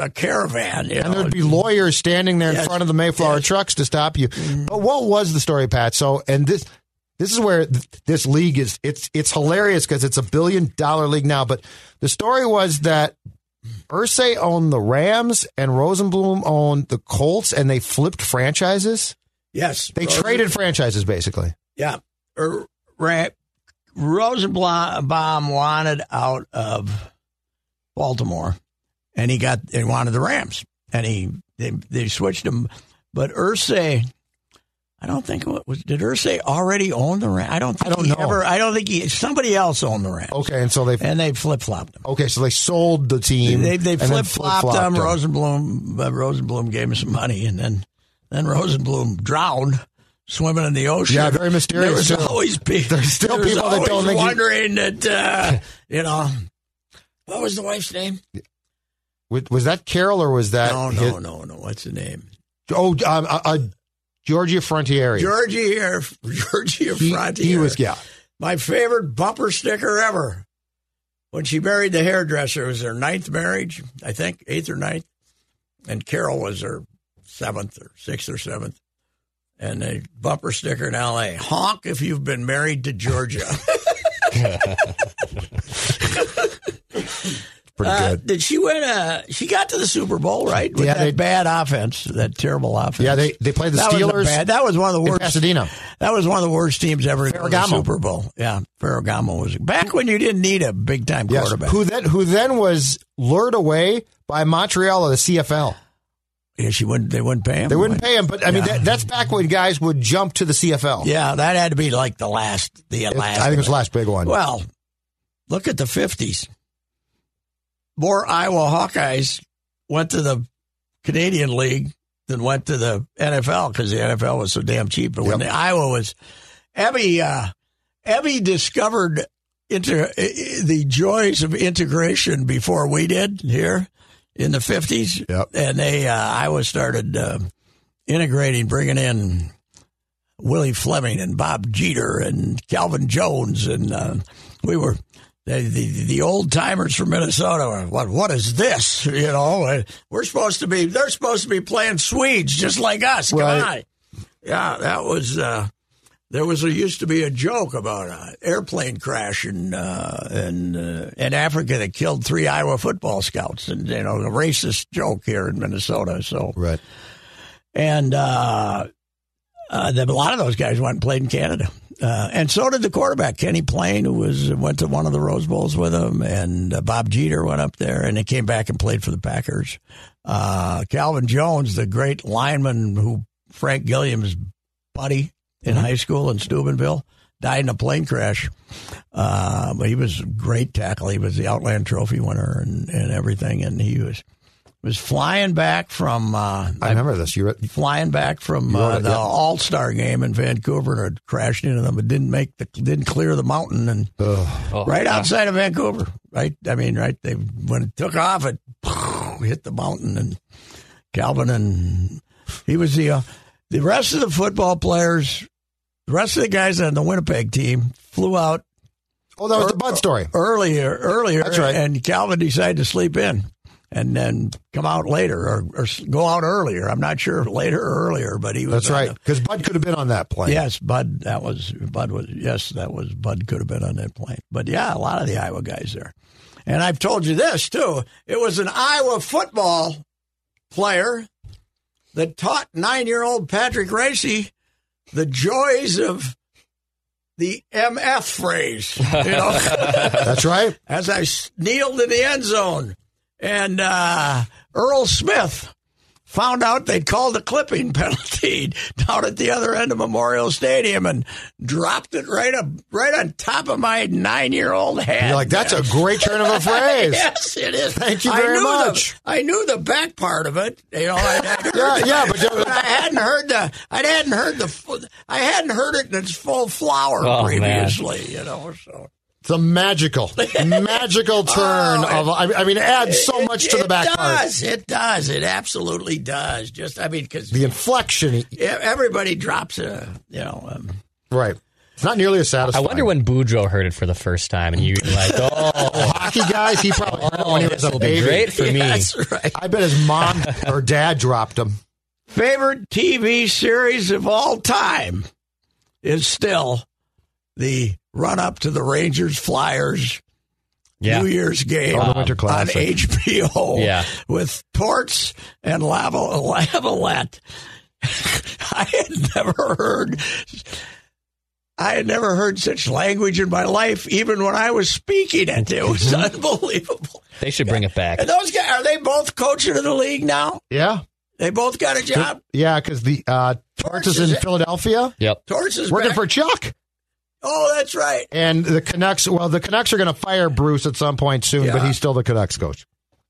[SPEAKER 3] a caravan, you
[SPEAKER 5] and
[SPEAKER 3] know,
[SPEAKER 5] there'd be lawyers standing there in
[SPEAKER 3] Yes.
[SPEAKER 5] front of the Mayflower
[SPEAKER 3] Yes. Mm-hmm.
[SPEAKER 5] trucks to stop you. But what was the story, Pat? So, and this this is where th- this league is. It's it's hilarious because it's a billion dollar league now. But the story was that Ursay owned the Rams and Rosenblum owned the Colts, and they flipped franchises.
[SPEAKER 3] yes,
[SPEAKER 5] They
[SPEAKER 3] Rosen-
[SPEAKER 5] traded franchises basically.
[SPEAKER 3] Yeah, er, Ra- Rosenbaum wanted out of Baltimore, and he got and wanted the Rams, and he they, they switched him. But Ursay, I don't think it was did Ursay already own the Rams? I don't. Think
[SPEAKER 5] I don't
[SPEAKER 3] he
[SPEAKER 5] know.
[SPEAKER 3] Ever, I don't think he. Somebody else owned the Rams.
[SPEAKER 5] Okay, and so they
[SPEAKER 3] and they flip flopped him.
[SPEAKER 5] okay, so they sold the team.
[SPEAKER 3] They they
[SPEAKER 5] and then
[SPEAKER 3] flip flopped
[SPEAKER 5] flip-flopped
[SPEAKER 3] him.
[SPEAKER 5] them.
[SPEAKER 3] Rosenblum uh, Rosenblum gave him some money, and then then Rosenblum drowned. Swimming in the ocean.
[SPEAKER 5] Yeah, very mysterious,
[SPEAKER 3] There's
[SPEAKER 5] too.
[SPEAKER 3] always pe-
[SPEAKER 5] There's still
[SPEAKER 3] there's
[SPEAKER 5] people that don't
[SPEAKER 3] always
[SPEAKER 5] think he-
[SPEAKER 3] wondering that uh, you know what was the wife's name?
[SPEAKER 5] Was, was that Carol or was that
[SPEAKER 3] no,
[SPEAKER 5] his-
[SPEAKER 3] no, no, no. What's the name?
[SPEAKER 5] Oh, um, uh, uh, Georgia Frontieri.
[SPEAKER 3] Georgie or Georgie
[SPEAKER 5] he,
[SPEAKER 3] Frontier.
[SPEAKER 5] he was yeah.
[SPEAKER 3] my favorite bumper sticker ever. When she married the hairdresser, it was her ninth marriage, I think, eighth or ninth, and Carol was her seventh or sixth or seventh. And a bumper sticker in L.A. Honk if you've been married to Georgia.
[SPEAKER 5] Pretty
[SPEAKER 3] Uh,
[SPEAKER 5] good.
[SPEAKER 3] did she win a? She got to the Super Bowl, right? With
[SPEAKER 5] Yeah,
[SPEAKER 3] that
[SPEAKER 5] they-
[SPEAKER 3] bad offense, that terrible offense.
[SPEAKER 5] Yeah, they they played the
[SPEAKER 3] that Was
[SPEAKER 5] Steelers
[SPEAKER 3] a bad, that was one of the
[SPEAKER 5] in
[SPEAKER 3] worst.
[SPEAKER 5] Pasadena.
[SPEAKER 3] That was one of the worst teams ever in the
[SPEAKER 5] Ferragamo.
[SPEAKER 3] Super Bowl. Yeah, Ferragamo was back when you didn't need a big time
[SPEAKER 5] Yes,
[SPEAKER 3] quarterback.
[SPEAKER 5] who then who then was lured away by Montreal or the CFL.
[SPEAKER 3] Yeah, she wouldn't. They wouldn't pay him.
[SPEAKER 5] They wouldn't pay him, but I mean
[SPEAKER 3] Yeah.
[SPEAKER 5] that, that's back when guys would jump to the CFL.
[SPEAKER 3] Yeah, that had to be like the last. The
[SPEAKER 5] It-
[SPEAKER 3] last.
[SPEAKER 5] I think it was the last big one.
[SPEAKER 3] Well, look at the fifties. More Iowa Hawkeyes went to the Canadian League than went to the NFL because the NFL was so damn cheap. But when
[SPEAKER 5] Yep.
[SPEAKER 3] the Iowa was, Ebby, uh, Ebby discovered inter, i- i- the joys of integration before we did here in the fifties,
[SPEAKER 5] Yep.
[SPEAKER 3] and they uh, Iowa started uh, integrating, bringing in Willie Fleming and Bob Jeter and Calvin Jones, and uh, we were the, the, the old timers from Minnesota. Were, what what is this? You know, uh, we're supposed to be they're supposed to be playing Swedes just like us. Come
[SPEAKER 5] Right.
[SPEAKER 3] on. yeah, that was. Uh, there was a, used to be a joke about an airplane crash in uh, in uh, in Africa that killed three Iowa football scouts, and you know, a racist joke here in Minnesota. So
[SPEAKER 5] right.
[SPEAKER 3] and uh, uh, the, a lot of those guys went and played in Canada, uh, and so did the quarterback Kenny Plain, who was went to one of the Rose Bowls with him, and uh, Bob Jeter went up there, and he came back and played for the Packers. Uh, Calvin Jones, the great lineman who Frank Gilliam's buddy in high school in Steubenville, died in a plane crash. Uh, but he was a great tackle. He was the Outland Trophy winner and, and everything, and he was was flying back from. Uh,
[SPEAKER 5] I remember this. You re-
[SPEAKER 3] flying back from
[SPEAKER 5] You
[SPEAKER 3] uh,
[SPEAKER 5] wrote it,
[SPEAKER 3] the
[SPEAKER 5] yeah.
[SPEAKER 3] All Star game in Vancouver and had crashed into them, but didn't make the didn't clear the mountain and
[SPEAKER 5] ugh.
[SPEAKER 2] Oh,
[SPEAKER 3] right
[SPEAKER 2] yeah.
[SPEAKER 3] outside of Vancouver. Right, I mean, right. They when it took off, it hit the mountain and Calvin and he was the uh, the rest of the football players. The rest of the guys on the Winnipeg team flew out
[SPEAKER 5] Oh, that was the Bud story.
[SPEAKER 3] earlier, earlier.
[SPEAKER 5] That's right.
[SPEAKER 3] And Calvin decided to sleep in and then come out later or, or s- go out earlier. I'm not sure if later or earlier, but he was.
[SPEAKER 5] That's
[SPEAKER 3] on
[SPEAKER 5] right.
[SPEAKER 3] the-
[SPEAKER 5] Because Bud could have been on that plane.
[SPEAKER 3] yes, Bud. That was Bud was yes, that was Bud could have been on that plane. But yeah, a lot of the Iowa guys there. And I've told you this too. It was an Iowa football player that taught nine year old Patrick Racy the joys of the MF phrase. You know?
[SPEAKER 5] That's right.
[SPEAKER 3] as I s- kneeled in the end zone. And uh, Earl Smith found out they'd called a clipping penalty down at the other end of Memorial Stadium and dropped it right up, right on top of my nine-year-old head.
[SPEAKER 5] You're like, that's a
[SPEAKER 3] man.
[SPEAKER 5] great turn of a phrase.
[SPEAKER 3] Yes, it is.
[SPEAKER 5] Thank you
[SPEAKER 3] I
[SPEAKER 5] very
[SPEAKER 3] knew the-
[SPEAKER 5] much.
[SPEAKER 3] I knew the back part of it. You know, I'd, I'd heard
[SPEAKER 5] Yeah,
[SPEAKER 3] the-
[SPEAKER 5] yeah, but don't-
[SPEAKER 3] I hadn't heard the. I hadn't heard the. fu- I hadn't heard it in its full flower
[SPEAKER 2] Oh, man.
[SPEAKER 3] previously. You know, so
[SPEAKER 5] It's a magical, magical turn of. I, I mean, it adds so much to
[SPEAKER 3] Oh, it,
[SPEAKER 5] the back
[SPEAKER 3] It
[SPEAKER 5] part.
[SPEAKER 3] does. It does. It absolutely does. Just I mean, because
[SPEAKER 5] The inflection,
[SPEAKER 3] everybody drops a. You know, um,
[SPEAKER 5] right? It's not nearly as
[SPEAKER 2] I
[SPEAKER 5] satisfying.
[SPEAKER 2] wonder when Boudreaux heard it for the first time, and you were like, oh,
[SPEAKER 5] hockey guys. He probably heard it when he
[SPEAKER 2] this
[SPEAKER 5] was a
[SPEAKER 2] will be
[SPEAKER 5] baby.
[SPEAKER 2] great for me.
[SPEAKER 3] That's right.
[SPEAKER 5] I bet his mom or dad dropped him.
[SPEAKER 3] favorite TV series of all time is still the run up to the Rangers Flyers
[SPEAKER 2] Yeah.
[SPEAKER 3] New Year's game
[SPEAKER 5] Oh, the Winter
[SPEAKER 3] on
[SPEAKER 5] Classic.
[SPEAKER 3] HBO
[SPEAKER 2] Yeah.
[SPEAKER 3] with Torts and Laval- Lavalette. I had never heard I had never heard such language in my life, even when I was speaking it. It was
[SPEAKER 5] Mm-hmm.
[SPEAKER 3] unbelievable.
[SPEAKER 2] They should bring it back.
[SPEAKER 3] And those guys are they both coaching in the league now?
[SPEAKER 5] Yeah,
[SPEAKER 3] They both got a job.
[SPEAKER 5] yeah, because the uh, Torts is in Philadelphia
[SPEAKER 2] Yep.
[SPEAKER 3] Torts is
[SPEAKER 5] working
[SPEAKER 3] back.
[SPEAKER 5] for Chuck,
[SPEAKER 3] Oh, that's right.
[SPEAKER 5] and the Canucks. Well, the Canucks are going to fire Bruce at some point soon, but
[SPEAKER 3] Yeah.
[SPEAKER 5] he's still the Canucks coach.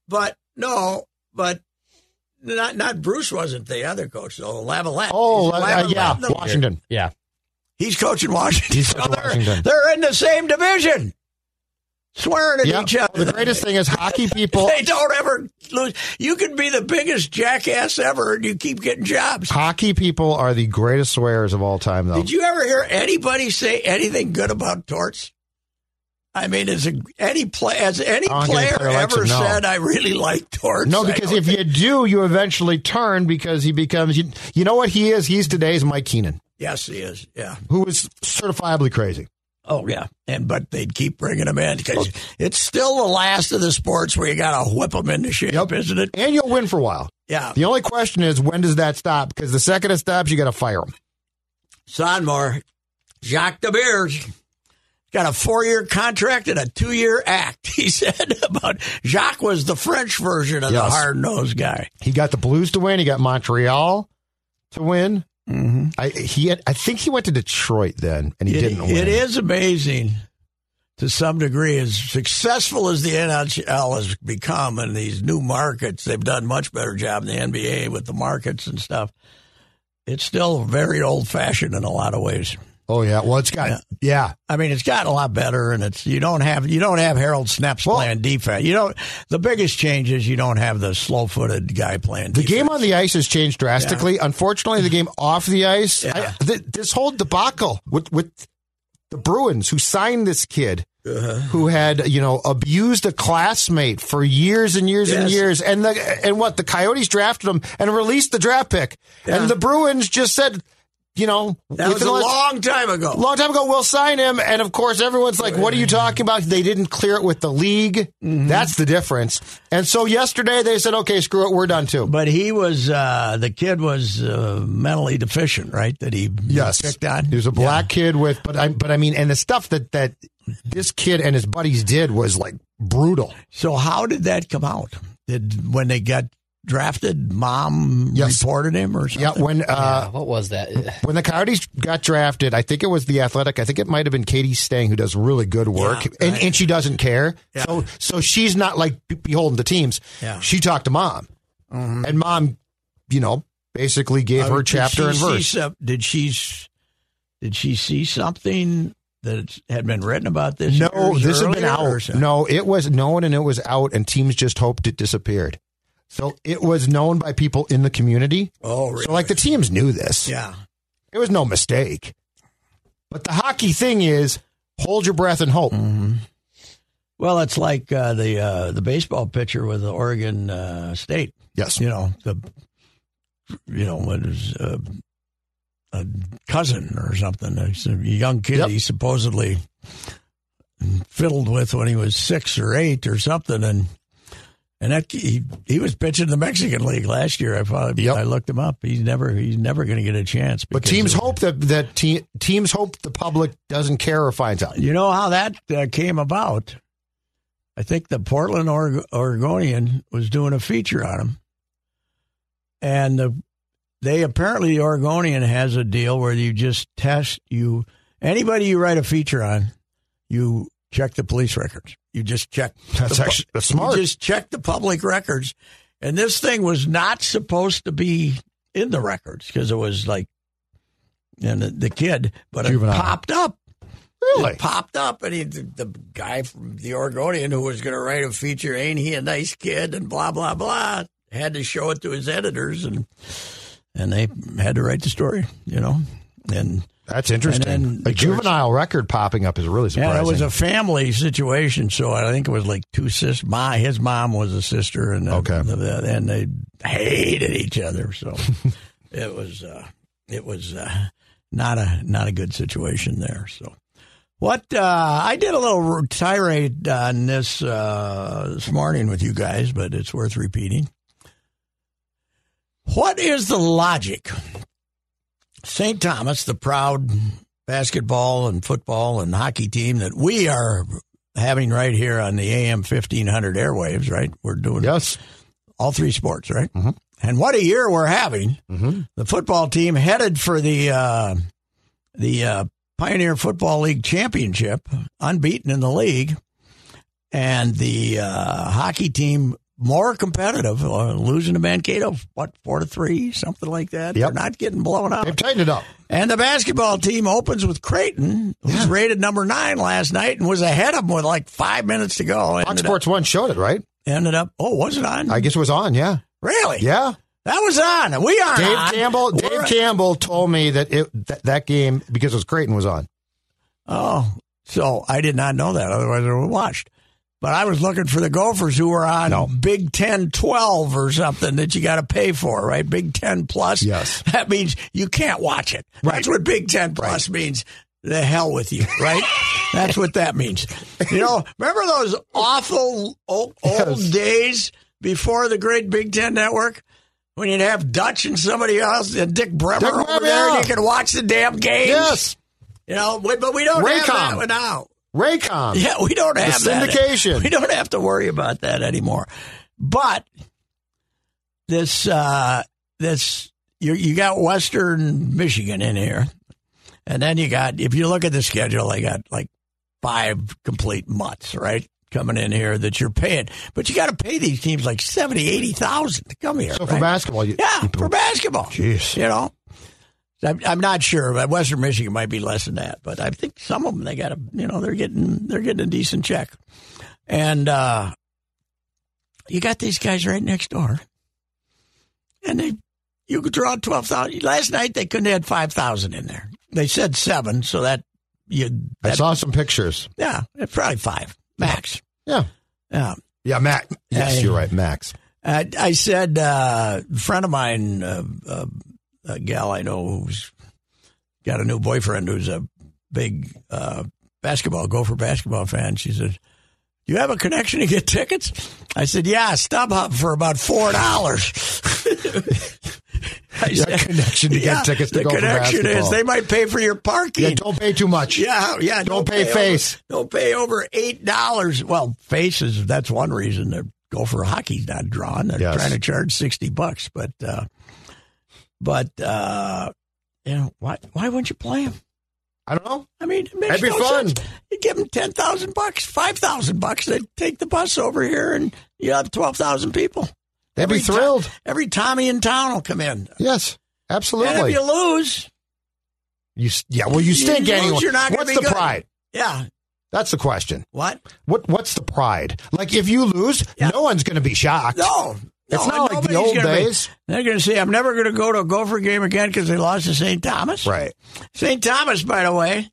[SPEAKER 3] But no, but not not Bruce wasn't the other coach though. Lavalette.
[SPEAKER 5] Oh,
[SPEAKER 3] Is it
[SPEAKER 5] uh,
[SPEAKER 3] Lavalette?
[SPEAKER 5] yeah,
[SPEAKER 3] No.
[SPEAKER 5] Washington.
[SPEAKER 2] Yeah.
[SPEAKER 3] He's coaching Washington.
[SPEAKER 5] He's coaching
[SPEAKER 3] they're,
[SPEAKER 5] Washington.
[SPEAKER 3] They're in the same division, swearing at
[SPEAKER 5] Yeah.
[SPEAKER 3] each other.
[SPEAKER 5] The greatest thing is hockey people.
[SPEAKER 3] They don't ever lose. You can be the biggest jackass ever, and you keep getting jobs.
[SPEAKER 5] Hockey people are the greatest swearers of all time, though.
[SPEAKER 3] Did you ever hear anybody say anything good about Torts? I mean, is a, any play has any
[SPEAKER 5] I don't think
[SPEAKER 3] player
[SPEAKER 5] anybody likes
[SPEAKER 3] ever
[SPEAKER 5] him, no.
[SPEAKER 3] said I really like Torts?
[SPEAKER 5] No,
[SPEAKER 3] I
[SPEAKER 5] because
[SPEAKER 3] don't
[SPEAKER 5] if you do, you eventually turn because he becomes. You, you know what he is? He's today's Mike Keenan,
[SPEAKER 3] Yes, he is. Yeah.
[SPEAKER 5] who is certifiably crazy.
[SPEAKER 3] Oh yeah, and but they'd keep bringing them in because it's still the last of the sports where you got to whip them into shape, isn't it?
[SPEAKER 5] And you'll win for a while.
[SPEAKER 3] Yeah,
[SPEAKER 5] The only question is when does that stop? Because the second it stops, you got to fire him.
[SPEAKER 3] Sonmore, Jacques De Beers got a four-year contract and a two-year act. He said about Jacques was the French version of the
[SPEAKER 5] Yes.
[SPEAKER 3] hard-nosed guy.
[SPEAKER 5] He got the Blues to win. He got Montreal to win.
[SPEAKER 3] Mm-hmm.
[SPEAKER 5] I he had, I think he went to Detroit then, and he didn't win.
[SPEAKER 3] It is amazing to some degree, as successful as the NHL has become in these new markets, they've done much better job in the NBA with the markets and stuff. It's still very old fashioned in a lot of ways.
[SPEAKER 5] Oh yeah. Well, it's got yeah.
[SPEAKER 3] I mean, it's gotten a lot better, and it's you don't have you don't have Harold Snaps
[SPEAKER 5] Well-
[SPEAKER 3] playing defense. You don't. The biggest change is you don't have the slow footed guy playing.
[SPEAKER 5] The
[SPEAKER 3] defense.
[SPEAKER 5] game on the ice has changed drastically. Unfortunately, the game off the ice,
[SPEAKER 3] Yeah.
[SPEAKER 5] I, th- this whole debacle with with the Bruins who signed this kid
[SPEAKER 3] Uh-huh.
[SPEAKER 5] who had you know abused a classmate for years and years and
[SPEAKER 3] Yes.
[SPEAKER 5] years, and the and what the Coyotes drafted him and released the draft pick, and the Bruins just said, you know,
[SPEAKER 3] that was
[SPEAKER 5] within
[SPEAKER 3] a
[SPEAKER 5] the last-
[SPEAKER 3] long time ago.
[SPEAKER 5] long time ago, we'll sign him. And of course, everyone's like, what are you talking about? They didn't clear it with the league.
[SPEAKER 3] Mm-hmm.
[SPEAKER 5] That's the difference. And so yesterday they said, okay, screw it. We're done too.
[SPEAKER 3] But he was uh, the kid was uh, mentally deficient, right? That he
[SPEAKER 5] Yes.
[SPEAKER 3] picked on.
[SPEAKER 5] He was a black kid with, but I, but I mean, and the stuff that, that this kid and his buddies did was like brutal.
[SPEAKER 3] So how did that come out? Did when they got drafted, mom
[SPEAKER 5] Yes.
[SPEAKER 3] reported him or
[SPEAKER 5] Yeah.
[SPEAKER 3] something?
[SPEAKER 5] When, uh,
[SPEAKER 2] Yeah, what was that?
[SPEAKER 5] when the Coyotes got drafted, I think it was the athletic. I think it might have been Katie Stang who does really good work,
[SPEAKER 3] Yeah,
[SPEAKER 5] and,
[SPEAKER 3] right.
[SPEAKER 5] and she doesn't care.
[SPEAKER 3] Yeah.
[SPEAKER 5] So so she's not like be- beholden to teams.
[SPEAKER 3] Yeah. Mm-hmm.
[SPEAKER 5] She talked to mom, and mom, you know, basically gave
[SPEAKER 3] Uh,
[SPEAKER 5] her
[SPEAKER 3] did
[SPEAKER 5] chapter
[SPEAKER 3] she
[SPEAKER 5] and
[SPEAKER 3] see
[SPEAKER 5] verse.
[SPEAKER 3] some- did she s- did she see something that had been written about this?
[SPEAKER 5] No,
[SPEAKER 3] years
[SPEAKER 5] this had been
[SPEAKER 3] earlier or
[SPEAKER 5] out.
[SPEAKER 3] something?
[SPEAKER 5] No, it was known and it was out, and teams just hoped it disappeared. So it was known by people in the community.
[SPEAKER 3] Oh, really?
[SPEAKER 5] So like the teams knew this.
[SPEAKER 3] yeah.
[SPEAKER 5] It was no mistake. But the hockey thing is hold your breath and hope.
[SPEAKER 3] Mm. Well, it's like uh, the uh, the baseball pitcher with the Oregon uh, State.
[SPEAKER 5] Yes.
[SPEAKER 3] you know the you know what is uh, a cousin or something It's a young kid
[SPEAKER 5] Yep.
[SPEAKER 3] he supposedly fiddled with when he was six or eight or something and And that he, he was pitching the Mexican League last year. I probably
[SPEAKER 5] Yep.
[SPEAKER 3] I looked him up. He's never he's never going to get a chance.
[SPEAKER 5] But
[SPEAKER 3] because
[SPEAKER 5] teams
[SPEAKER 3] of-
[SPEAKER 5] hope that that te- teams hope the public doesn't care or finds out.
[SPEAKER 3] You know how that uh, came about? I think the Portland Oreg- Oregonian was doing a feature on him. And the, they apparently, the Oregonian has a deal where you just test you, anybody you write a feature on, you check the police records. You just check.
[SPEAKER 5] That's
[SPEAKER 3] the pu-
[SPEAKER 5] actually- that's smart.
[SPEAKER 3] You just check the public records. And this thing was not supposed to be in the records because it was like, and the, the kid, but
[SPEAKER 5] Juvenile.
[SPEAKER 3] it popped up.
[SPEAKER 5] Really?
[SPEAKER 3] It popped up, and he, the, the guy from the Oregonian who was going to write a feature, ain't he a nice kid? And blah blah blah. Had to show it to his editors, and and they had to write the story, you know. And
[SPEAKER 5] That's interesting.
[SPEAKER 3] And then
[SPEAKER 5] a
[SPEAKER 3] because-
[SPEAKER 5] juvenile record popping up is really surprising.
[SPEAKER 3] yeah, it was a family situation, so I think it was like two sis. My his mom was a sister, and the-
[SPEAKER 5] Okay.
[SPEAKER 3] the- and they hated each other. So it was uh, it was uh, not a not a good situation there. So what uh, I did a little tirade on this uh, this morning with you guys, but it's worth repeating. What is the logic? St. Thomas, the proud basketball and football and hockey team that we are having right here on the AM 1500 airwaves, right? We're doing
[SPEAKER 5] yes.
[SPEAKER 3] all three sports, right?
[SPEAKER 5] Mm-hmm.
[SPEAKER 3] And what a year we're having. The football team headed for the uh, the uh, Pioneer Football League championship, unbeaten in the league, and the uh, hockey team more competitive, uh, losing to Mankato, what four to three, something like that.
[SPEAKER 5] Yep.
[SPEAKER 3] They're not getting blown out.
[SPEAKER 5] They've tightened it up.
[SPEAKER 3] And the basketball team opens with Creighton, who's rated number nine last night and was ahead of them with like five minutes to go.
[SPEAKER 5] Fox
[SPEAKER 3] Ended
[SPEAKER 5] Sports One showed it, right?
[SPEAKER 3] Up, ended up, oh, was it on?
[SPEAKER 5] I guess it was on. Yeah.
[SPEAKER 3] really?
[SPEAKER 5] Yeah.
[SPEAKER 3] That was on. We are
[SPEAKER 5] Dave
[SPEAKER 3] on.
[SPEAKER 5] Campbell.
[SPEAKER 3] We're
[SPEAKER 5] Dave
[SPEAKER 3] on.
[SPEAKER 5] Campbell told me that it that, that game because it was Creighton was on.
[SPEAKER 3] Oh, so I did not know that. Otherwise, I would have watched. But I was looking for the Gophers who were on
[SPEAKER 5] No.
[SPEAKER 3] Big Ten 12 or something that you got to pay for, right? Big Ten Plus.
[SPEAKER 5] Yes.
[SPEAKER 3] That means you can't watch it. That's what Big Ten Plus means. The hell with you, right? That's what that means. You know, remember those awful old, old
[SPEAKER 5] Yes.
[SPEAKER 3] days before the great Big Ten Network? When you'd have Dutch and somebody else and Dick Bremer
[SPEAKER 5] Dick
[SPEAKER 3] over
[SPEAKER 5] Bremer,
[SPEAKER 3] there, and
[SPEAKER 5] yeah.
[SPEAKER 3] you could watch the damn games.
[SPEAKER 5] Yes.
[SPEAKER 3] You know, we- but we don't have
[SPEAKER 5] Raycom.
[SPEAKER 3] that one now.
[SPEAKER 5] Raycom.
[SPEAKER 3] Yeah, we don't have that.
[SPEAKER 5] syndication.
[SPEAKER 3] We don't have to worry about that anymore. But this, uh, this, you, you got Western Michigan in here, and then you got. If you look at the schedule, they got like five complete months, right? Coming in here that you're paying, but you got to pay these teams like 70, 80,000 to come here.
[SPEAKER 5] So for
[SPEAKER 3] right?
[SPEAKER 5] basketball, you,
[SPEAKER 3] Yeah,
[SPEAKER 5] you-
[SPEAKER 3] for basketball.
[SPEAKER 5] Jeez.
[SPEAKER 3] You know, I'm, I'm not sure, but Western Michigan might be less than that. But I think some of them they got a you know they're getting they're getting a decent check, and uh, you got these guys right next door, and they you could draw twelve thousand. Last night they couldn't add five thousand in there. They said seven, so that you
[SPEAKER 5] I
[SPEAKER 3] that,
[SPEAKER 5] saw some pictures.
[SPEAKER 3] yeah, it's probably five max.
[SPEAKER 5] Yeah.
[SPEAKER 3] Yeah.
[SPEAKER 5] Yeah, Max. Yes,
[SPEAKER 3] Yeah,
[SPEAKER 5] you're right, Max.
[SPEAKER 3] I, I said, uh, a friend of mine, uh, uh, a gal I know who's got a new boyfriend who's a big uh, basketball, Gopher basketball fan, she said, Do you have a connection to get tickets? I said, Yeah, StubHub for about $4. I
[SPEAKER 5] Yeah, connection to get tickets to
[SPEAKER 3] the
[SPEAKER 5] Gopher
[SPEAKER 3] connection is
[SPEAKER 5] basketball.
[SPEAKER 3] they might pay for your parking.
[SPEAKER 5] Yeah, don't pay too much.
[SPEAKER 3] Yeah, yeah.
[SPEAKER 5] Don't pay
[SPEAKER 3] over-
[SPEAKER 5] face.
[SPEAKER 3] don't pay over eight dollars. Well, faces. That's one reason that Gopher hockey's not drawn. They're
[SPEAKER 5] Yes.
[SPEAKER 3] trying to charge sixty bucks, but uh, but uh, you know why? Why wouldn't you play them?
[SPEAKER 5] I don't know.
[SPEAKER 3] I mean, it makes
[SPEAKER 5] That'd
[SPEAKER 3] no
[SPEAKER 5] be fun.
[SPEAKER 3] sense. You give them ten thousand bucks, five thousand bucks. They take the bus over here, and you have twelve thousand people.
[SPEAKER 5] They'd be
[SPEAKER 3] Every to-
[SPEAKER 5] thrilled.
[SPEAKER 3] every Tommy in town will come in.
[SPEAKER 5] Yes,
[SPEAKER 3] And if
[SPEAKER 5] absolutely.
[SPEAKER 3] you
[SPEAKER 5] You,
[SPEAKER 3] lose,
[SPEAKER 5] s- yeah, well, you stink
[SPEAKER 3] lose,
[SPEAKER 5] anyway.
[SPEAKER 3] you're not gonna
[SPEAKER 5] What's
[SPEAKER 3] be
[SPEAKER 5] the
[SPEAKER 3] good.
[SPEAKER 5] pride?
[SPEAKER 3] yeah.
[SPEAKER 5] That's the question.
[SPEAKER 3] What?
[SPEAKER 5] What What's the pride? Like, if you lose,
[SPEAKER 3] Yeah.
[SPEAKER 5] no one's going to be shocked.
[SPEAKER 3] No.
[SPEAKER 5] It's
[SPEAKER 3] no,
[SPEAKER 5] not like the
[SPEAKER 3] nobody's
[SPEAKER 5] old
[SPEAKER 3] gonna be-
[SPEAKER 5] days.
[SPEAKER 3] they're going to say, I'm never going to go to a Gopher game again because they lost to St. Thomas.
[SPEAKER 5] Right.
[SPEAKER 3] St. Thomas, by the way,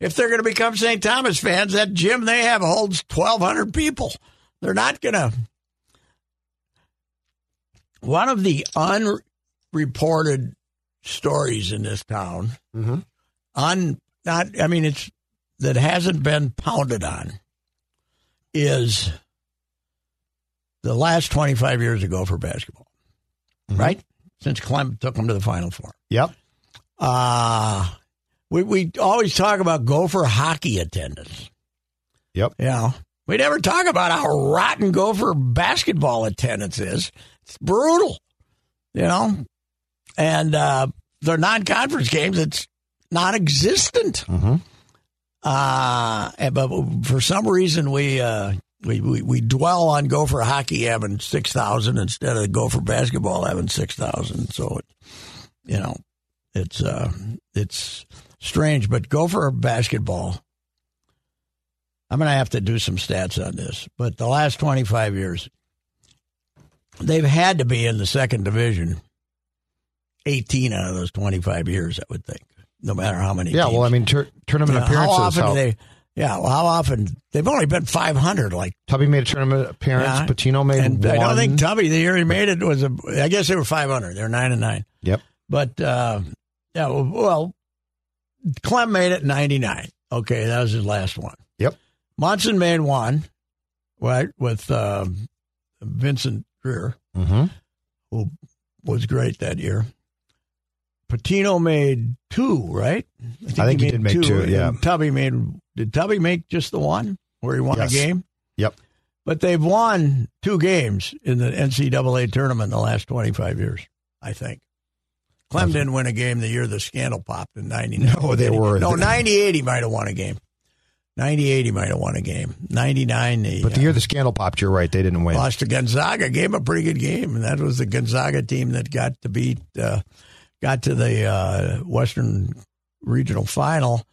[SPEAKER 3] if they're going to become St. Thomas fans, that gym they have holds 1,200 people. They're not going to. One of the unreported stories in this town,
[SPEAKER 5] Mhm.
[SPEAKER 3] un, not, I mean, it's that hasn't been pounded on, is the last 25 years ago for basketball, right? Since Clem took them to the Final Four.
[SPEAKER 5] Yep.
[SPEAKER 3] Uh, we, we always talk about Gopher hockey attendance.
[SPEAKER 5] Yep.
[SPEAKER 3] Yeah. We never talk about how rotten Gopher basketball attendance is. It's brutal, you know? And uh, their non conference games, it's non existent.
[SPEAKER 5] Mhm.
[SPEAKER 3] Uh, and- but for some reason, we. Uh, we, we, we dwell on Gopher hockey having 6,000 instead of Gopher basketball having 6,000. So, it, you know, it's uh, it's strange, but Gopher basketball. I'm going to have to do some stats on this, but the last 25 years, they've had to be in the second division 18 out of those 25 years, I would think, no matter how many.
[SPEAKER 5] Yeah.
[SPEAKER 3] teams.
[SPEAKER 5] Well, I mean, tur- tournament
[SPEAKER 3] You know, how
[SPEAKER 5] appearances.
[SPEAKER 3] often
[SPEAKER 5] how-
[SPEAKER 3] do they? Yeah, well, how often? They've only been 500, like
[SPEAKER 5] Tubby made a tournament appearance.
[SPEAKER 3] Yeah.
[SPEAKER 5] Patino made
[SPEAKER 3] and
[SPEAKER 5] one.
[SPEAKER 3] I don't think Tubby the year he made it was a. I guess they were five hundred. They were nine and nine.
[SPEAKER 5] Yep.
[SPEAKER 3] But uh, yeah, well, Clem made it ninety nine. Okay, that was his last one.
[SPEAKER 5] Yep.
[SPEAKER 3] Monson made one, right with um, Vincent Greer
[SPEAKER 5] mm-hmm.
[SPEAKER 3] who was great that year. Patino made two, right? I think,
[SPEAKER 5] think he did make two,
[SPEAKER 3] and
[SPEAKER 5] yeah.
[SPEAKER 3] Tubby made. Did Tubby make just the one where he won
[SPEAKER 5] Yes.
[SPEAKER 3] a game?
[SPEAKER 5] Yep.
[SPEAKER 3] But they've won two games in the NCAA tournament in the last twenty five years. I think. Clem didn't win a game the year the scandal popped in '99.
[SPEAKER 5] No, they were-
[SPEAKER 3] No, '98 he might have won a game. '98 he might have won a game. '99 he.
[SPEAKER 5] But the
[SPEAKER 3] uh,
[SPEAKER 5] year the scandal popped, you're right. They didn't win.
[SPEAKER 3] Lost to Gonzaga, gave 'em a pretty good game, and that was the Gonzaga team that got to beat, uh, got to the uh, Western Regional Final,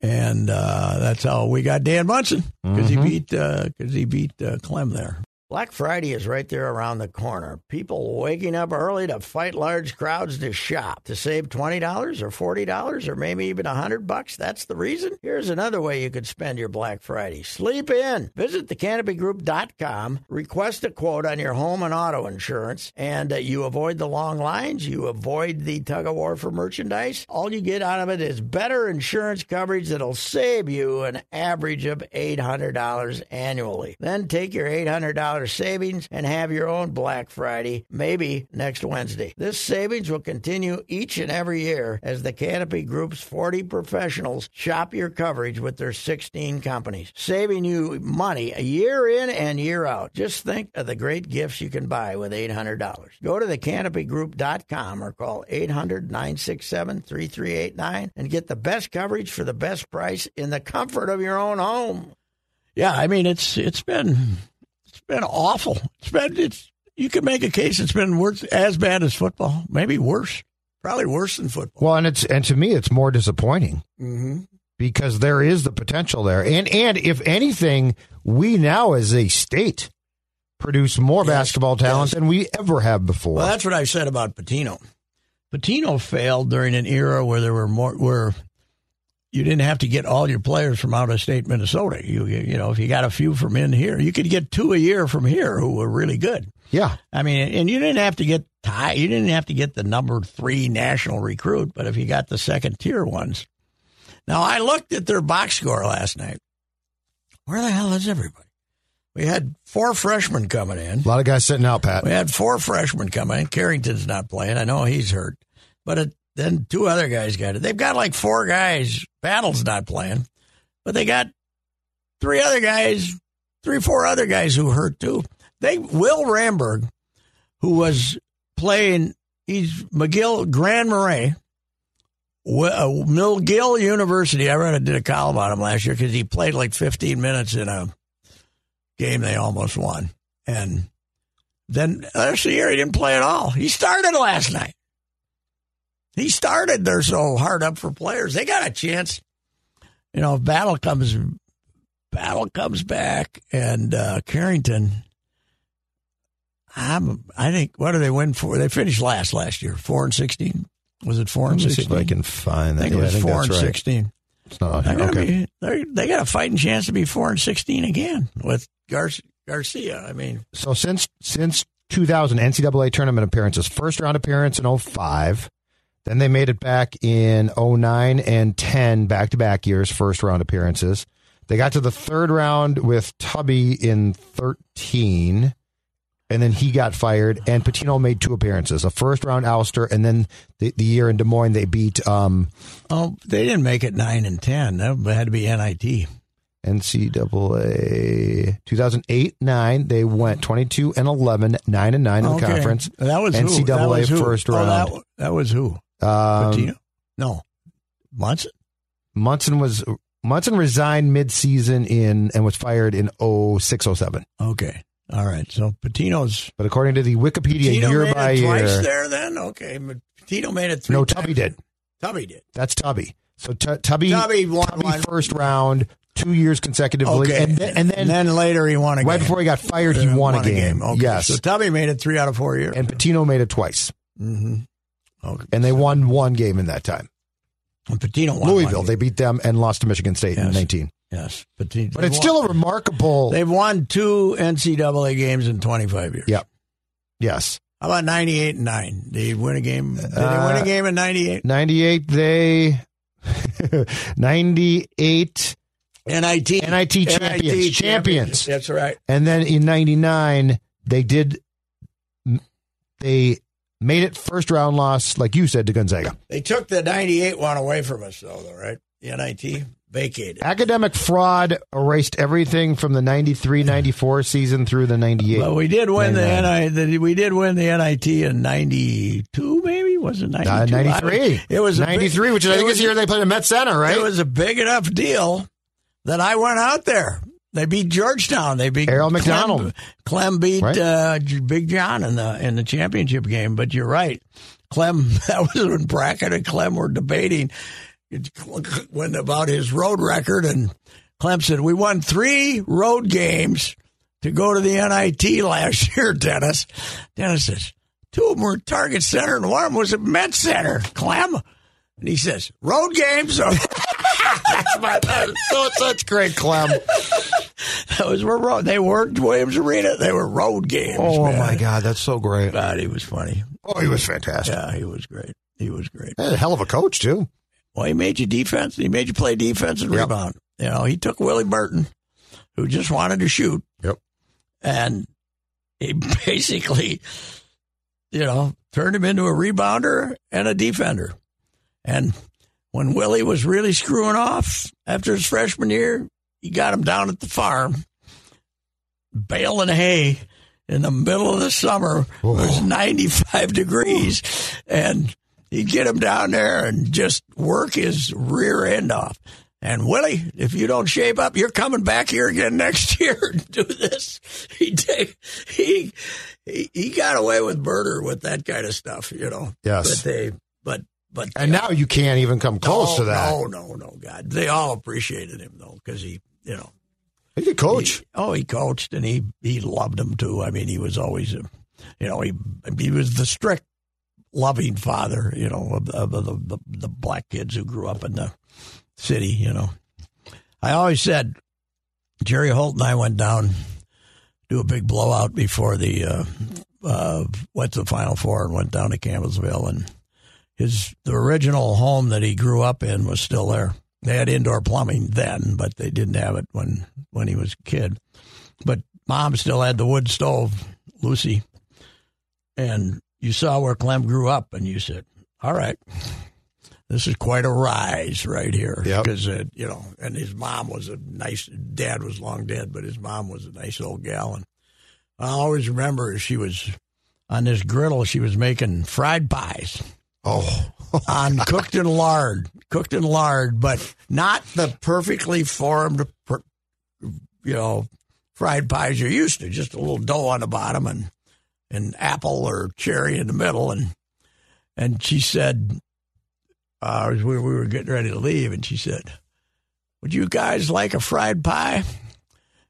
[SPEAKER 3] and uh, that's how we got Dan Munson because
[SPEAKER 5] Mhm.
[SPEAKER 3] he beat because he beat uh, Clem there. Black Friday is right there around the corner. People waking up early to fight large crowds to shop to save twenty dollars or forty dollars or maybe even a hundred bucks. That's the reason. Here's another way you could spend your Black Friday: sleep in. Visit thecanopygroup.com, request a quote on your home and auto insurance, and uh, you avoid the long lines. You avoid the tug of war for merchandise. All you get out of it is better insurance coverage that'll save you an average of $800 annually. Then take your $800 savings and have your own Black Friday, maybe next Wednesday. This savings will continue each and every year as the Canopy Group's 40 professionals shop your coverage with their 16 companies, saving you money year in and year out. Just think of the great gifts you can buy with $800. Go to thecanopygroup.com or call 800 967 3389 and get the best coverage for the best price in the comfort of your own home. Yeah, I mean it's it's been it's been awful. It's been it's you could make a case it's been worse as bad as football, maybe worse, probably worse than football.
[SPEAKER 5] Well, and it's and to me, it's more disappointing
[SPEAKER 3] Mm-hmm.
[SPEAKER 5] because there is the potential there, and and if anything, we now as a state produce more
[SPEAKER 3] Yes,
[SPEAKER 5] basketball talent
[SPEAKER 3] yes.
[SPEAKER 5] than we ever have before.
[SPEAKER 3] Well, that's what I said about Patino. Patino failed during an era where there were more where you didn't have to get all your players from out of state Minnesota. You you you know if you got a few from in here, you could get two a year from here who were really good.
[SPEAKER 5] yeah,
[SPEAKER 3] I mean, and you didn't have to get tie. You didn't have to get the number three national recruit, but if you got the second tier ones. Now I looked at their box score last night. Where the hell is everybody? We had four freshmen coming in.
[SPEAKER 5] a lot of guys sitting out, Pat.
[SPEAKER 3] We had four freshmen coming in. Carrington's not playing. I know he's hurt, but it, then two other guys got it. They've got like four guys. Battle's not playing, but they got three other guys, three four other guys who hurt too. They Will Ramberg, who was playing, he's McGill Grand Marais. Wi- uh, McGill University. I read I did a column on him last year because he played like 15 minutes in a game they almost won, and then the rest of the year he didn't play at all. He started last night. He started. They're so hard up for players. They got a chance. You know, if battle comes, battle comes back, and uh, Carrington. I'm. I think. What do they win for? They finished last last year. Four and sixteen. Was it four
[SPEAKER 5] Let
[SPEAKER 3] and
[SPEAKER 5] me see
[SPEAKER 3] sixteen?
[SPEAKER 5] if I can find
[SPEAKER 3] I
[SPEAKER 5] that.
[SPEAKER 3] think it
[SPEAKER 5] Yeah,
[SPEAKER 3] was four
[SPEAKER 5] that's
[SPEAKER 3] and
[SPEAKER 5] right.
[SPEAKER 3] sixteen.
[SPEAKER 5] It's not on
[SPEAKER 3] They're
[SPEAKER 5] here.
[SPEAKER 3] gonna
[SPEAKER 5] Okay.
[SPEAKER 3] be- they're- they got a fighting chance to be four and sixteen again with Gar- Garcia. I mean,
[SPEAKER 5] So since since 2000 NCAA tournament appearances, first round appearance in 05, then they made it back in 09 and 10 back to back years, first round appearances. They got to the third round with Tubby in 13 and then he got fired. And Patino made two appearances: a first round ouster, and then the, the year in Des Moines they beat um,
[SPEAKER 3] Oh, they didn't make it nine and ten. That had to be NIT.
[SPEAKER 5] NCAA 2008 9. They went 22 and 11, 9 and 9 in the
[SPEAKER 3] Okay.
[SPEAKER 5] conference.
[SPEAKER 3] That was who?
[SPEAKER 5] NCAA
[SPEAKER 3] That was who?
[SPEAKER 5] first
[SPEAKER 3] Oh, that-
[SPEAKER 5] round.
[SPEAKER 3] that, was who?
[SPEAKER 5] Um,
[SPEAKER 3] Patino? No, Munson.
[SPEAKER 5] Munson was Munson resigned mid-season in and was fired in 0607.
[SPEAKER 3] Okay, all right. So Patino's
[SPEAKER 5] But according to the Wikipedia,
[SPEAKER 3] Patino
[SPEAKER 5] year
[SPEAKER 3] made
[SPEAKER 5] by
[SPEAKER 3] it
[SPEAKER 5] year,
[SPEAKER 3] twice there. Then okay, but Patino made it three.
[SPEAKER 5] no Tubby
[SPEAKER 3] times.
[SPEAKER 5] did.
[SPEAKER 3] Tubby did.
[SPEAKER 5] That's Tubby. So Tu Tubby,
[SPEAKER 3] Tubby won
[SPEAKER 5] Tubby
[SPEAKER 3] one.
[SPEAKER 5] first round, two years consecutively,
[SPEAKER 3] Okay,
[SPEAKER 5] and then, and then,
[SPEAKER 3] later he won a
[SPEAKER 5] right
[SPEAKER 3] game.
[SPEAKER 5] before he got fired, he won, a game.
[SPEAKER 3] Okay,
[SPEAKER 5] Yes,
[SPEAKER 3] so Tubby made it three out of four years.
[SPEAKER 5] and Patino made it twice,
[SPEAKER 3] hmm Okay.
[SPEAKER 5] and they won one game in that time.
[SPEAKER 3] And Patino won
[SPEAKER 5] Louisville,
[SPEAKER 3] one
[SPEAKER 5] they beat them and lost to Michigan State in
[SPEAKER 3] Yes.
[SPEAKER 5] 19.
[SPEAKER 3] game. yes, Patino.
[SPEAKER 5] But
[SPEAKER 3] They
[SPEAKER 5] it's
[SPEAKER 3] won-
[SPEAKER 5] still a remarkable.
[SPEAKER 3] They've won two NCAA games in 25 years.
[SPEAKER 5] Yep. Yes.
[SPEAKER 3] How about 98 and 9? They win a game. Did they win
[SPEAKER 5] Uh,
[SPEAKER 3] a game in 98?
[SPEAKER 5] 98, they. 98.
[SPEAKER 3] NIT.
[SPEAKER 5] NIT champions. Champions.
[SPEAKER 3] That's right.
[SPEAKER 5] And then in 99, they did. They made it first round loss, like you said, to Gonzaga.
[SPEAKER 3] They took the 98 one away from us, though, though right? The NIT vacated.
[SPEAKER 5] Academic fraud erased everything from the 93 94 season through the 98.
[SPEAKER 3] But we did win the
[SPEAKER 5] 99.
[SPEAKER 3] NIT. The, we did win the NIT in 92, maybe? Was it 92?
[SPEAKER 5] Uh, 93.
[SPEAKER 3] It was a big-
[SPEAKER 5] 93, which I
[SPEAKER 3] it
[SPEAKER 5] think is
[SPEAKER 3] was
[SPEAKER 5] the year they played at Met Center, right?
[SPEAKER 3] It was a big enough deal that I went out there. They beat Georgetown. They beat
[SPEAKER 5] Errol
[SPEAKER 3] Clem-
[SPEAKER 5] McDonald.
[SPEAKER 3] Clem beat
[SPEAKER 5] Right.
[SPEAKER 3] uh, J- Big John in the in the championship game. But you're right, Clem. That was when Brackett and Clem were debating it- when about his road record, and Clem said we won three road games to go to the NIT last year. Dennis, Dennis says two of them were at Target Center, and one of them was at Met Center. Clem. And he says, road games are that's my
[SPEAKER 5] so it's Oh, such great Clem.
[SPEAKER 3] those were road they weren't Williams Arena, they were road games.
[SPEAKER 5] Oh
[SPEAKER 3] man.
[SPEAKER 5] my God, that's so great.
[SPEAKER 3] God, he was funny.
[SPEAKER 5] Oh, he was fantastic.
[SPEAKER 3] Yeah, he was great. He was great.
[SPEAKER 5] Yeah. A hell of a coach too.
[SPEAKER 3] Well, he made you defense. He made you play defense and
[SPEAKER 5] Yep.
[SPEAKER 3] rebound. You know, he took Willie Burton, who just wanted to shoot.
[SPEAKER 5] Yep.
[SPEAKER 3] And he basically, you know, turned him into a rebounder and a defender. And when Willie was really screwing off after his freshman year, he got him down at the farm, baling hay in the middle of the summer. It was 95 degrees. And he'd get him down there and just work his rear end off. And Willie, if you don't shape up, you're coming back here again next year and do this. He take, he, he he got away with murder with that kind of stuff, you know.
[SPEAKER 5] Yes.
[SPEAKER 3] But they but but
[SPEAKER 5] And now you can't even come close
[SPEAKER 3] no,
[SPEAKER 5] to that.
[SPEAKER 3] Oh, No, no, no, God. They all appreciated him though, because he, you know,
[SPEAKER 5] He's a coach.
[SPEAKER 3] he- oh, he coached, and he he loved him too. I mean, he was always, a, you know, he he was the strict, loving father, you know, of, of the, the the black kids who grew up in the city. You know, I always said Jerry Holt and I went down do a big blowout before the uh, uh, went to the Final Four and went down to Campbellsville and. His the original home that he grew up in was still there. They had indoor plumbing then, but they didn't have it when when he was a kid. But mom still had the wood stove, Lucy. And you saw where Clem grew up, and you said, "All right, this is quite a rise right here."
[SPEAKER 5] Yep.
[SPEAKER 3] Because uh, you know, and his mom was a nice. Dad was long dead, but his mom was a nice old gal, and I always remember she was on this griddle. She was making fried pies
[SPEAKER 5] Oh,
[SPEAKER 3] on cooked in lard, cooked in lard, but not the perfectly formed, per- you know, fried pies you're used to. Just a little dough on the bottom and an apple or cherry in the middle, and and she said, uh, as we, we were getting ready to leave, and she said, "Would you guys like a fried pie?"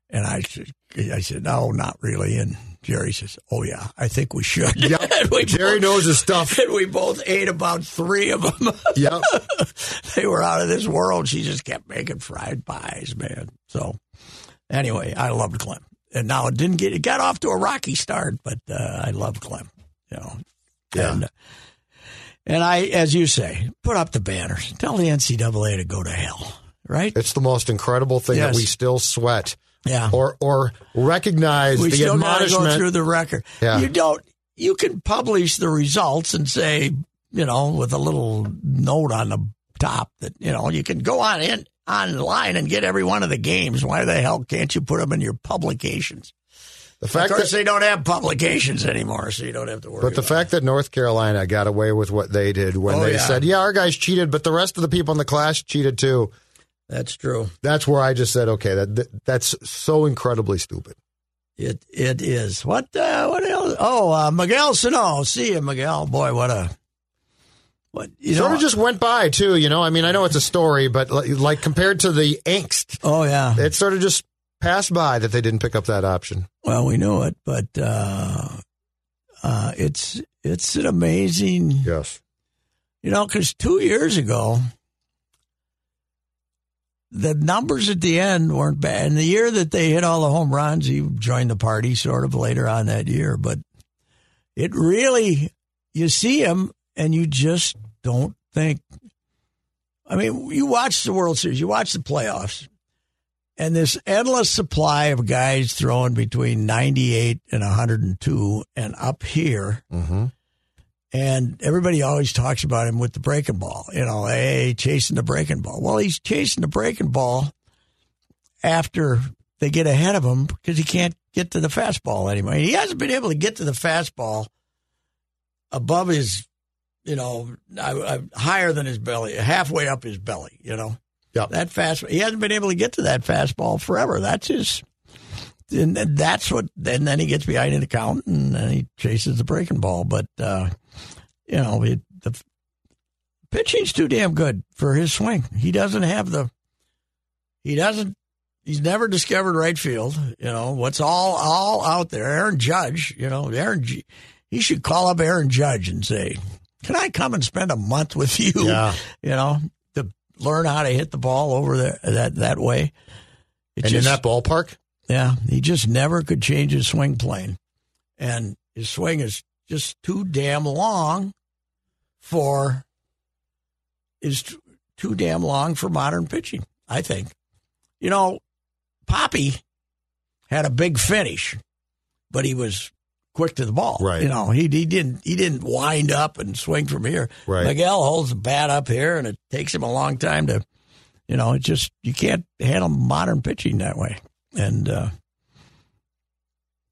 [SPEAKER 3] And I said, I said, "No, not really." And Jerry says, "Oh yeah, I think we should." And we
[SPEAKER 5] Jerry
[SPEAKER 3] both-
[SPEAKER 5] knows his stuff.
[SPEAKER 3] and we both ate about three of them.
[SPEAKER 5] Yep.
[SPEAKER 3] they were out of this world. She just kept making fried pies, man. So anyway, I loved Clem, and now it didn't get it got off to a rocky start, but uh, I love Clem. You know,
[SPEAKER 5] Yeah.
[SPEAKER 3] and uh, and I, as you say, put up the banners. Tell the NCAA to go to hell, right?
[SPEAKER 5] It's the most incredible thing that
[SPEAKER 3] Yes.
[SPEAKER 5] we still sweat
[SPEAKER 3] Yeah.
[SPEAKER 5] or or recognize
[SPEAKER 3] we
[SPEAKER 5] the
[SPEAKER 3] still gotta go
[SPEAKER 5] admonishment.
[SPEAKER 3] through the record.
[SPEAKER 5] Yeah.
[SPEAKER 3] You don't. You can publish the results and say, you know, with a little note on the top that you know you can go on in online and get every one of the games. Why the hell can't you put them in your publications?
[SPEAKER 5] the
[SPEAKER 3] Of
[SPEAKER 5] fact
[SPEAKER 3] course,
[SPEAKER 5] that,
[SPEAKER 3] they don't have publications anymore, so you don't have to worry.
[SPEAKER 5] but the
[SPEAKER 3] about
[SPEAKER 5] fact that North Carolina got away with what they did when
[SPEAKER 3] Oh,
[SPEAKER 5] they
[SPEAKER 3] yeah.
[SPEAKER 5] said, "Yeah, our guys cheated, but the rest of the people in the class cheated too."
[SPEAKER 3] it. that's true.
[SPEAKER 5] That's where I just said, "Okay, that, that that's so incredibly stupid."
[SPEAKER 3] It it is. What uh, what else? Oh, uh, Miguel Sano. See you, Miguel. Boy, what a what you
[SPEAKER 5] sort
[SPEAKER 3] know.
[SPEAKER 5] of just went by too, you know. I mean, I know it's a story, but like, like compared to the angst,
[SPEAKER 3] oh yeah.
[SPEAKER 5] it sort of just passed by that they didn't pick up that option.
[SPEAKER 3] Well, we knew it, but uh, uh, it's it's an amazing,
[SPEAKER 5] Yes.
[SPEAKER 3] you know, because two years ago, the numbers at the end weren't bad. And the year that they hit all the home runs, he joined the party sort of later on that year. But it really, you see him, and you just don't think. I mean, you watch the World Series, you watch the playoffs, and this endless supply of guys throwing between 98 and 102 and up here
[SPEAKER 5] Mm-hmm.
[SPEAKER 3] and everybody always talks about him with the breaking ball. You know, hey, chasing the breaking ball. Well, he's chasing the breaking ball after they get ahead of him because he can't get to the fastball anymore. He hasn't been able to get to the fastball above his, you know, I, I, higher than his belly, halfway up his belly. You know,
[SPEAKER 5] Yep.
[SPEAKER 3] that fast. He hasn't been able to get to that fastball forever. That's his. And then that's what, and then he gets behind an account and then he chases the breaking ball. But, uh, you know, it, the pitching's too damn good for his swing. He doesn't have the, he doesn't, he's never discovered right field. You know, what's all, all out there. Aaron Judge, you know, Aaron, Ju- he should call up Aaron Judge and say, can I come and spend a month with you?
[SPEAKER 5] Yeah.
[SPEAKER 3] You know, to learn how to hit the ball over there that, that way. It
[SPEAKER 5] And in that ballpark,
[SPEAKER 3] yeah, he just never could change his swing plane. And his swing is just too damn long for is t- too damn long for modern pitching, I think. You know, Poppy had a big finish, but he was quick to the ball.
[SPEAKER 5] Right.
[SPEAKER 3] You know, he he didn't he didn't wind up and swing from here.
[SPEAKER 5] Right.
[SPEAKER 3] Miguel holds the bat up here and it takes him a long time to you know, it just you can't handle modern pitching that way. And uh,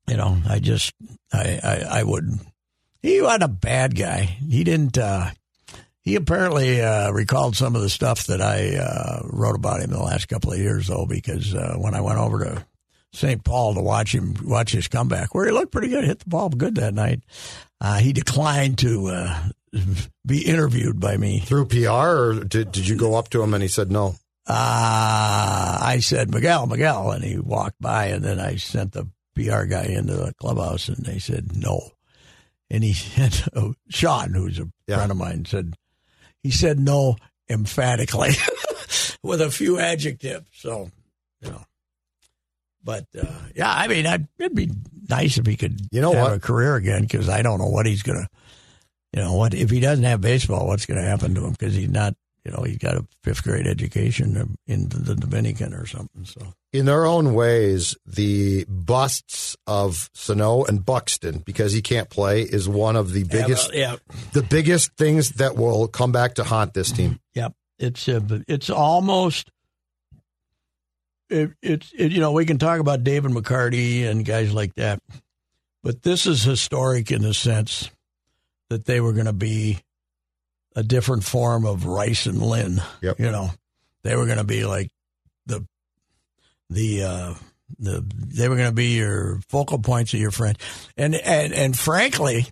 [SPEAKER 3] you know, I just I I, I wouldn't. He wasn't a bad guy. He didn't. Uh, he apparently uh, recalled some of the stuff that I uh, wrote about him the last couple of years, though, because uh, when I went over to St. Paul to watch him watch his comeback, where he looked pretty good, hit the ball good that night, uh, he declined to uh, be interviewed by me.
[SPEAKER 5] through PR, or did, did you go up to him and he said no?
[SPEAKER 3] uh, I said, Miguel, Miguel. And he walked by, and then I sent the PR guy into the clubhouse, and they said, no. And he said, oh, Sean, who's a
[SPEAKER 5] Yeah.
[SPEAKER 3] friend of mine, said, he said no emphatically with a few adjectives. So, you know. But uh, yeah, I mean, I'd, it'd be nice if he could,
[SPEAKER 5] You know
[SPEAKER 3] have
[SPEAKER 5] what?
[SPEAKER 3] a career again because I don't know what he's gonna, you know, what if he doesn't have baseball, what's gonna happen to him because he's not, you know, he's got a fifth grade education in the Dominican or something. So
[SPEAKER 5] in their own ways, the busts of Sano and Buxton because he can't play is one of the biggest,
[SPEAKER 3] yeah,
[SPEAKER 5] the biggest things that will come back to haunt this team.
[SPEAKER 3] Yep. It's uh, it's almost it, it's it, you know we can talk about David McCarty and guys like that, but this is historic in the sense that they were going to be a different form of Rice and Lynn.
[SPEAKER 5] Yep.
[SPEAKER 3] You know, they were going to be like the the uh, the they were going to be your focal points of your friend, and and and frankly.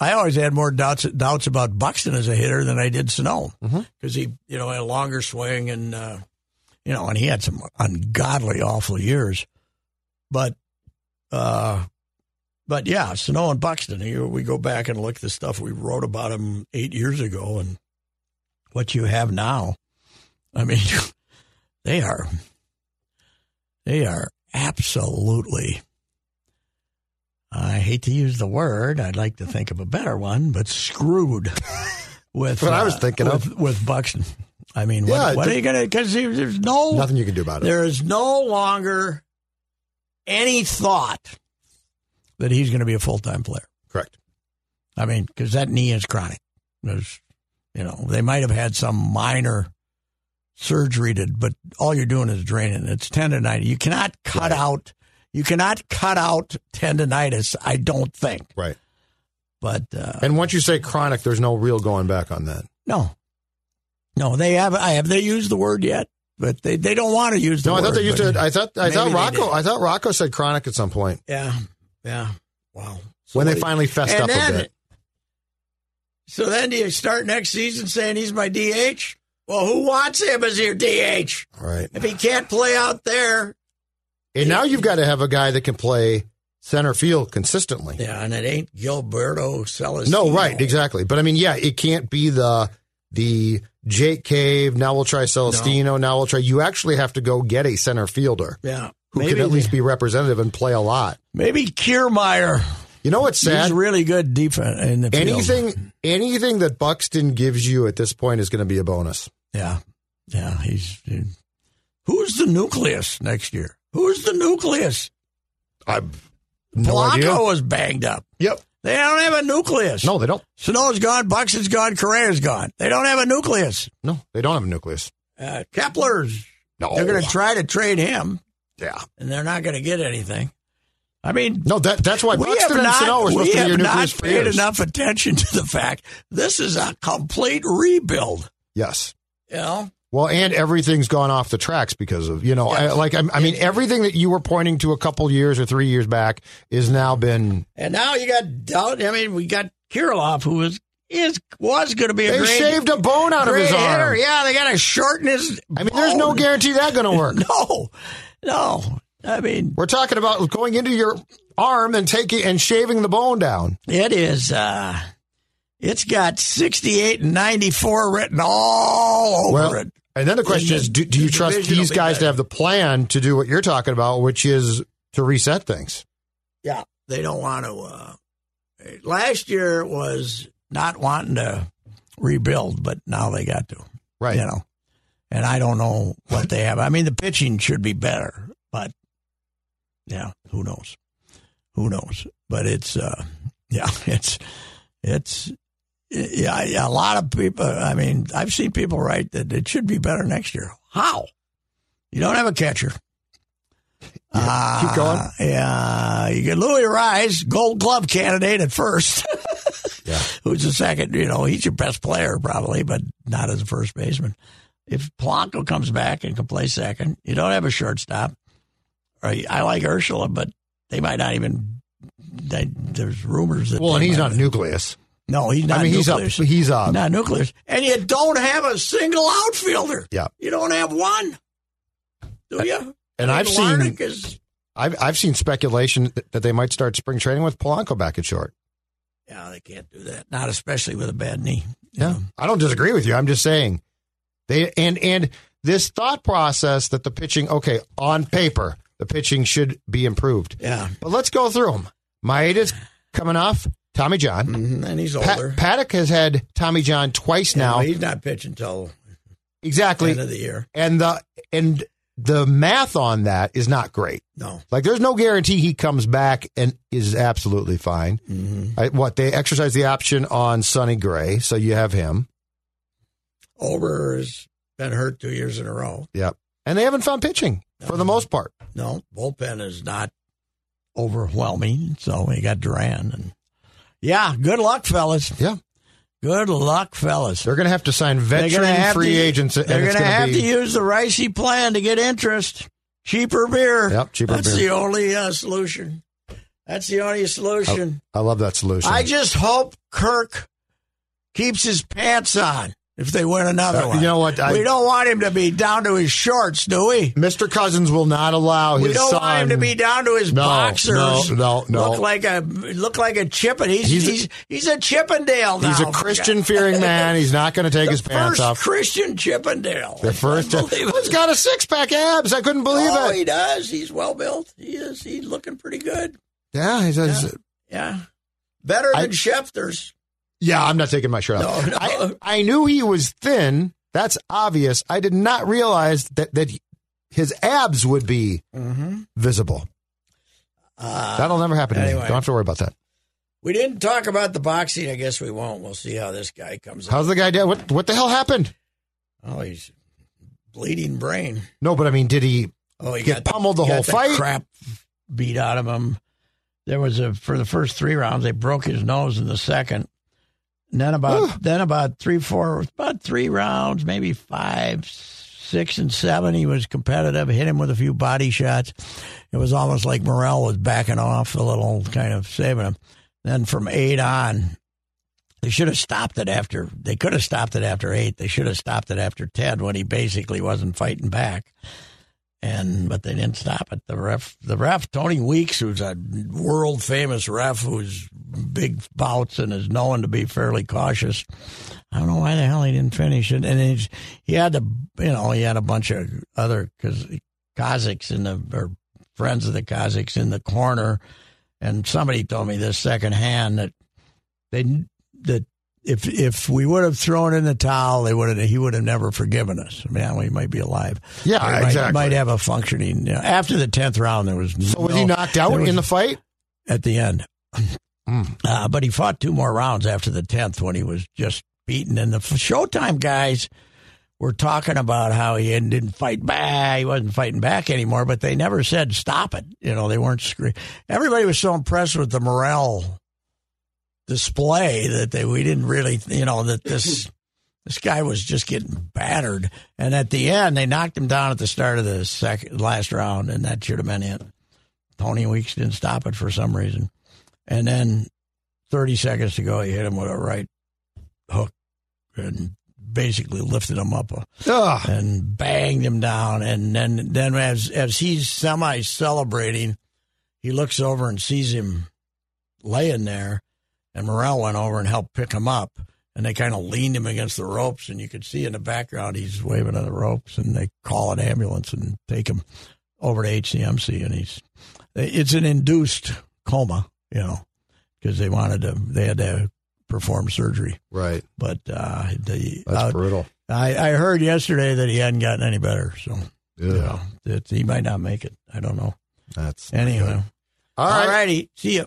[SPEAKER 3] I always had more doubts doubts about Buxton as a hitter than I did Snow because
[SPEAKER 5] Mhm.
[SPEAKER 3] he, you know, had a longer swing and uh, you know, and he had some ungodly, awful years. But, uh, but yeah, Sano and Buxton. Here we go back and look at the stuff we wrote about him eight years ago, and what you have now. I mean, they are, they are absolutely. I hate to use the word. I'd like to think of a better one, but screwed with
[SPEAKER 5] That's what I was
[SPEAKER 3] uh,
[SPEAKER 5] thinking of.
[SPEAKER 3] with, with Buxton. I mean,
[SPEAKER 5] Yeah,
[SPEAKER 3] what, what
[SPEAKER 5] it-
[SPEAKER 3] are you going to? Because there's no
[SPEAKER 5] Nothing you can do about it.
[SPEAKER 3] Oh, There is no longer any thought that he's going to be a full time player.
[SPEAKER 5] Correct.
[SPEAKER 3] I mean, because that knee is chronic. There's, you know, they might have had some minor surgery to, but all you're doing is draining. It's tendonitis. You cannot cut out. You cannot cut out tendonitis. I don't think.
[SPEAKER 5] Right.
[SPEAKER 3] But uh,
[SPEAKER 5] And once you say chronic, there's no real going back on that.
[SPEAKER 3] no, no, they have. I have they used the word yet? But they, they don't want to use the
[SPEAKER 5] No, I
[SPEAKER 3] word.
[SPEAKER 5] thought they used
[SPEAKER 3] but-
[SPEAKER 5] to. I thought I
[SPEAKER 3] Maybe
[SPEAKER 5] thought
[SPEAKER 3] they
[SPEAKER 5] Rocco.
[SPEAKER 3] did.
[SPEAKER 5] I thought Rocco said chronic at some point
[SPEAKER 3] Yeah, yeah. Wow.
[SPEAKER 5] when they
[SPEAKER 3] Somebody-
[SPEAKER 5] finally fessed
[SPEAKER 3] And
[SPEAKER 5] up
[SPEAKER 3] then-
[SPEAKER 5] a bit.
[SPEAKER 3] So then do you start next season saying he's my DH? Well, who wants him as your DH?
[SPEAKER 5] Right.
[SPEAKER 3] If he can't play out there.
[SPEAKER 5] And now you've got to have a guy that can play center field consistently.
[SPEAKER 3] Yeah, and it ain't Gilberto Celestino.
[SPEAKER 5] No, right, exactly. But I mean, yeah, it can't be the the Jake Cave. Now we'll try Celestino. Now we'll try. You actually have to go get a center fielder
[SPEAKER 3] Yeah.
[SPEAKER 5] who can at least be representative and play a lot.
[SPEAKER 3] maybe Kiermeyer.
[SPEAKER 5] You know what's sad?
[SPEAKER 3] He's really good defense in the field.
[SPEAKER 5] anything anything that Buxton gives you at this point is going to be a bonus.
[SPEAKER 3] Yeah. Yeah. He's. he- who's the nucleus next year? Who's the nucleus?
[SPEAKER 5] I no
[SPEAKER 3] Polanco
[SPEAKER 5] idea.
[SPEAKER 3] was banged up.
[SPEAKER 5] Yep.
[SPEAKER 3] They don't have a nucleus.
[SPEAKER 5] No, they don't.
[SPEAKER 3] Sano's gone. Buxton's gone. Correa's gone. They don't have a nucleus.
[SPEAKER 5] No, they don't have a nucleus.
[SPEAKER 3] Uh, Kepler's.
[SPEAKER 5] No.
[SPEAKER 3] They're going to try to trade him,
[SPEAKER 5] Yeah.
[SPEAKER 3] and they're not going to get anything. I mean,
[SPEAKER 5] No, that that's why
[SPEAKER 3] we
[SPEAKER 5] Buxton
[SPEAKER 3] have
[SPEAKER 5] and Sano
[SPEAKER 3] not,
[SPEAKER 5] are
[SPEAKER 3] we
[SPEAKER 5] supposed to be your
[SPEAKER 3] have not
[SPEAKER 5] nucleus
[SPEAKER 3] paid
[SPEAKER 5] players.
[SPEAKER 3] enough attention to the fact this is a complete rebuild.
[SPEAKER 5] Yes.
[SPEAKER 3] You know,
[SPEAKER 5] Well, and everything's gone off the tracks because of you know, I,
[SPEAKER 3] Yes.
[SPEAKER 5] like I'm, I mean, everything that you were pointing to a couple years or three years back is now been.
[SPEAKER 3] and now you got doubt. I mean, we got Kirilov, who is is was going to be a
[SPEAKER 5] They
[SPEAKER 3] great,
[SPEAKER 5] shaved a bone out of
[SPEAKER 3] great
[SPEAKER 5] his arm.
[SPEAKER 3] hitter. Yeah, they got to shorten his.
[SPEAKER 5] I mean, there's no
[SPEAKER 3] bone.
[SPEAKER 5] guarantee that going to work.
[SPEAKER 3] No, no. I mean,
[SPEAKER 5] We're talking about going into your arm and taking and shaving the bone down.
[SPEAKER 3] It is. uh It's got sixty-eight and ninety-four written all over
[SPEAKER 5] Well,
[SPEAKER 3] it.
[SPEAKER 5] and then the question
[SPEAKER 3] the-
[SPEAKER 5] is, do, do you
[SPEAKER 3] the
[SPEAKER 5] trust
[SPEAKER 3] division will
[SPEAKER 5] these
[SPEAKER 3] be
[SPEAKER 5] guys
[SPEAKER 3] better.
[SPEAKER 5] to have the plan to do what you're talking about, which is to reset things?
[SPEAKER 3] Yeah, they don't want to. uh Last year was not wanting to rebuild, but now they got to.
[SPEAKER 5] Right.
[SPEAKER 3] You know, and I don't know what they have. I mean, the pitching should be better, but yeah, who knows? Who knows? But it's uh yeah, it's it's. Yeah, yeah, a lot of people. I mean, I've seen people write that it should be better next year. How? You don't have a catcher.
[SPEAKER 5] Yeah, keep going.
[SPEAKER 3] Uh, yeah, you get Louis Rise, Gold Glove candidate at first.
[SPEAKER 5] Yeah.
[SPEAKER 3] Who's the second? You know, he's your best player probably, but not as a first baseman. If Polanco comes back and can play second, you don't have a shortstop. Or you- I like Ursula, but they might not even. They, there's rumors that.
[SPEAKER 5] Well, and
[SPEAKER 3] they
[SPEAKER 5] he's
[SPEAKER 3] might-
[SPEAKER 5] not nucleus.
[SPEAKER 3] No, he's not.
[SPEAKER 5] I mean,
[SPEAKER 3] nucleus.
[SPEAKER 5] he's up. He's uh, up.
[SPEAKER 3] Not nucleus. And you don't have a single outfielder.
[SPEAKER 5] Yeah.
[SPEAKER 3] You don't have one. Do you?
[SPEAKER 5] And I've seen-
[SPEAKER 3] Larnick is-
[SPEAKER 5] I've I've seen speculation that- that they might start spring training with Polanco back at short.
[SPEAKER 3] yeah, they can't do that. Not especially with a bad knee. Um,
[SPEAKER 5] Yeah. Um, I don't disagree with you. I'm just saying they and and this thought process that the pitching okay on paper the pitching should be improved.
[SPEAKER 3] Yeah.
[SPEAKER 5] But let's go through them. Maeda's coming off Tommy John.
[SPEAKER 3] Mhm, And he's
[SPEAKER 5] Mm-hmm. Pa-
[SPEAKER 3] older.
[SPEAKER 5] Paddock has had Tommy John twice
[SPEAKER 3] Yeah,
[SPEAKER 5] now.
[SPEAKER 3] he's not pitching till
[SPEAKER 5] exactly.
[SPEAKER 3] end of the year.
[SPEAKER 5] And the and the math on that is not great.
[SPEAKER 3] No.
[SPEAKER 5] Like there's no guarantee he comes back and is absolutely fine.
[SPEAKER 3] Mm-hmm.
[SPEAKER 5] I, what they exercise the option on Sonny Gray, so you have him.
[SPEAKER 3] Ober has been hurt two years in a row.
[SPEAKER 5] Yep. And they haven't found pitching for the most part.
[SPEAKER 3] No, bullpen is not overwhelming. So he got Duran and yeah. Good luck, fellas.
[SPEAKER 5] Yeah.
[SPEAKER 3] Good luck, fellas.
[SPEAKER 5] They're going to have to sign veteran
[SPEAKER 3] gonna have
[SPEAKER 5] free
[SPEAKER 3] to-
[SPEAKER 5] agents. and
[SPEAKER 3] They're
[SPEAKER 5] it's
[SPEAKER 3] going to
[SPEAKER 5] gonna
[SPEAKER 3] have
[SPEAKER 5] be-
[SPEAKER 3] to use the Ricey plan to get interest. Cheaper beer.
[SPEAKER 5] Yep, cheaper
[SPEAKER 3] That's
[SPEAKER 5] beer. Oh.
[SPEAKER 3] the only uh, solution. That's the only solution.
[SPEAKER 5] I love that solution.
[SPEAKER 3] I just hope Kirk keeps his pants on if they win another
[SPEAKER 5] Uh,
[SPEAKER 3] one.
[SPEAKER 5] you know what, I-
[SPEAKER 3] we don't want him to be down to his shorts, do we?
[SPEAKER 5] Mr. Cousins will not allow his
[SPEAKER 3] We don't
[SPEAKER 5] son.
[SPEAKER 3] want him to be down to his
[SPEAKER 5] No,
[SPEAKER 3] boxers.
[SPEAKER 5] no, no, no.
[SPEAKER 3] Look like a look like a Chippin. He's
[SPEAKER 5] He's
[SPEAKER 3] he's
[SPEAKER 5] a-
[SPEAKER 3] he's, a Chippendale now.
[SPEAKER 5] He's a Christian fearing man. He's not going to take
[SPEAKER 3] Oh The
[SPEAKER 5] his pants
[SPEAKER 3] first
[SPEAKER 5] off.
[SPEAKER 3] Christian Chippendale.
[SPEAKER 5] the first.
[SPEAKER 3] Unbelievable.
[SPEAKER 5] He's got a six pack abs. I couldn't believe
[SPEAKER 3] oh,
[SPEAKER 5] it.
[SPEAKER 3] he does. He's well built. He is. He's looking pretty good.
[SPEAKER 5] yeah, he says.
[SPEAKER 3] Yeah, better
[SPEAKER 5] I-
[SPEAKER 3] than Schefter's.
[SPEAKER 5] Yeah, I'm not taking my shirt off.
[SPEAKER 3] No, no.
[SPEAKER 5] I, I knew he was thin That's obvious. I did not realize that that his abs would be Mm-hmm. visible. That'll never happen to
[SPEAKER 3] anyway.
[SPEAKER 5] me. Don't have to worry about that.
[SPEAKER 3] We didn't talk about the boxing. I guess we won't. We'll see how this guy comes out.
[SPEAKER 5] How's the guy doing? What what the hell happened?
[SPEAKER 3] Oh, he's bleeding brain.
[SPEAKER 5] No, but I mean, did he?
[SPEAKER 3] Oh, he
[SPEAKER 5] Get pummeled the
[SPEAKER 3] he got
[SPEAKER 5] whole fight?
[SPEAKER 3] Crap beat out of him. There was a for the first three rounds. They broke his nose in the second. And then about then about three four about three rounds, maybe five, six and seven. He was competitive. Hit him with a few body shots. It was almost like Morrell was backing off a little, kind of saving him. Then from eight on, they should have stopped it after they could have stopped it after eight. They should have stopped it after ten when he basically wasn't fighting back. And but they didn't stop it. The ref, the ref, Tony Weeks, who's a world famous ref, who's big bouts and is known to be fairly cautious. I don't know why the hell he didn't finish it. And he's, he had the, you know, he had a bunch of other because Kazakhs in the or friends of the Kazakhs in the corner, and somebody told me this secondhand that they that if if we would have thrown in the towel, they would have he would have never forgiven us. I mean, we might be alive.
[SPEAKER 5] Yeah,
[SPEAKER 3] We might,
[SPEAKER 5] exactly.
[SPEAKER 3] Might have a functioning you know, after the tenth round. There was
[SPEAKER 5] So was he knocked out in the fight?
[SPEAKER 3] at the end. Uh, but he fought two more rounds after the tenth when he was just beaten. And the f- Showtime guys were talking about how he hadn't- didn't fight back. He wasn't fighting back anymore. But they never said stop it. You know, they weren't. Scre- Everybody was so impressed with the morale display that they we didn't really you know that this this guy was just getting battered. And at the end, they knocked him down at the start of the second last round, and that should have been it. Tony Weeks didn't stop it for some reason. And then 30 seconds to go, he hit him with a right hook and basically lifted him up
[SPEAKER 5] Ugh.
[SPEAKER 3] and banged him down. And then, then as, as he's semi celebrating, he looks over and sees him laying there. And Morrell went over and helped pick him up. And they kind of leaned him against the ropes. And you could see in the background, he's waving at the ropes. And they call an ambulance and take him over to HCMC. And he's, it's an induced coma, you know, because they wanted to, they had to perform surgery.
[SPEAKER 5] Right.
[SPEAKER 3] But uh, the,
[SPEAKER 5] That's
[SPEAKER 3] out-
[SPEAKER 5] brutal.
[SPEAKER 3] I, I heard yesterday that he hadn't gotten any better, so
[SPEAKER 5] Yeah.
[SPEAKER 3] you know, that he might not make it. I don't know.
[SPEAKER 5] That's
[SPEAKER 3] Anyhow,
[SPEAKER 5] All right.
[SPEAKER 3] righty, see you.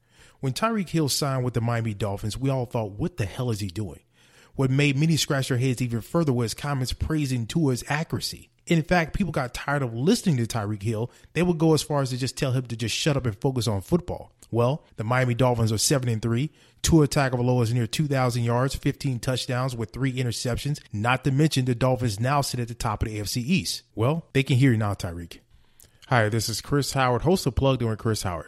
[SPEAKER 6] When Tyreek Hill signed with the Miami Dolphins, we all thought, what the hell is he doing? What made many scratch their heads even further was comments praising Tua's accuracy. In fact, people got tired of listening to Tyreek Hill. They would go as far as to just tell him to just shut up and focus on football. Well, the Miami Dolphins are 7 and 3. Tua Tagovailoa is near 2,000 yards, 15 touchdowns with 3 interceptions. Not to mention the Dolphins now sit at the top of the AFC East. Well, they can hear you now, Tyreek. Hi, this is Chris Howard, host of Plugged In with Chris Howard.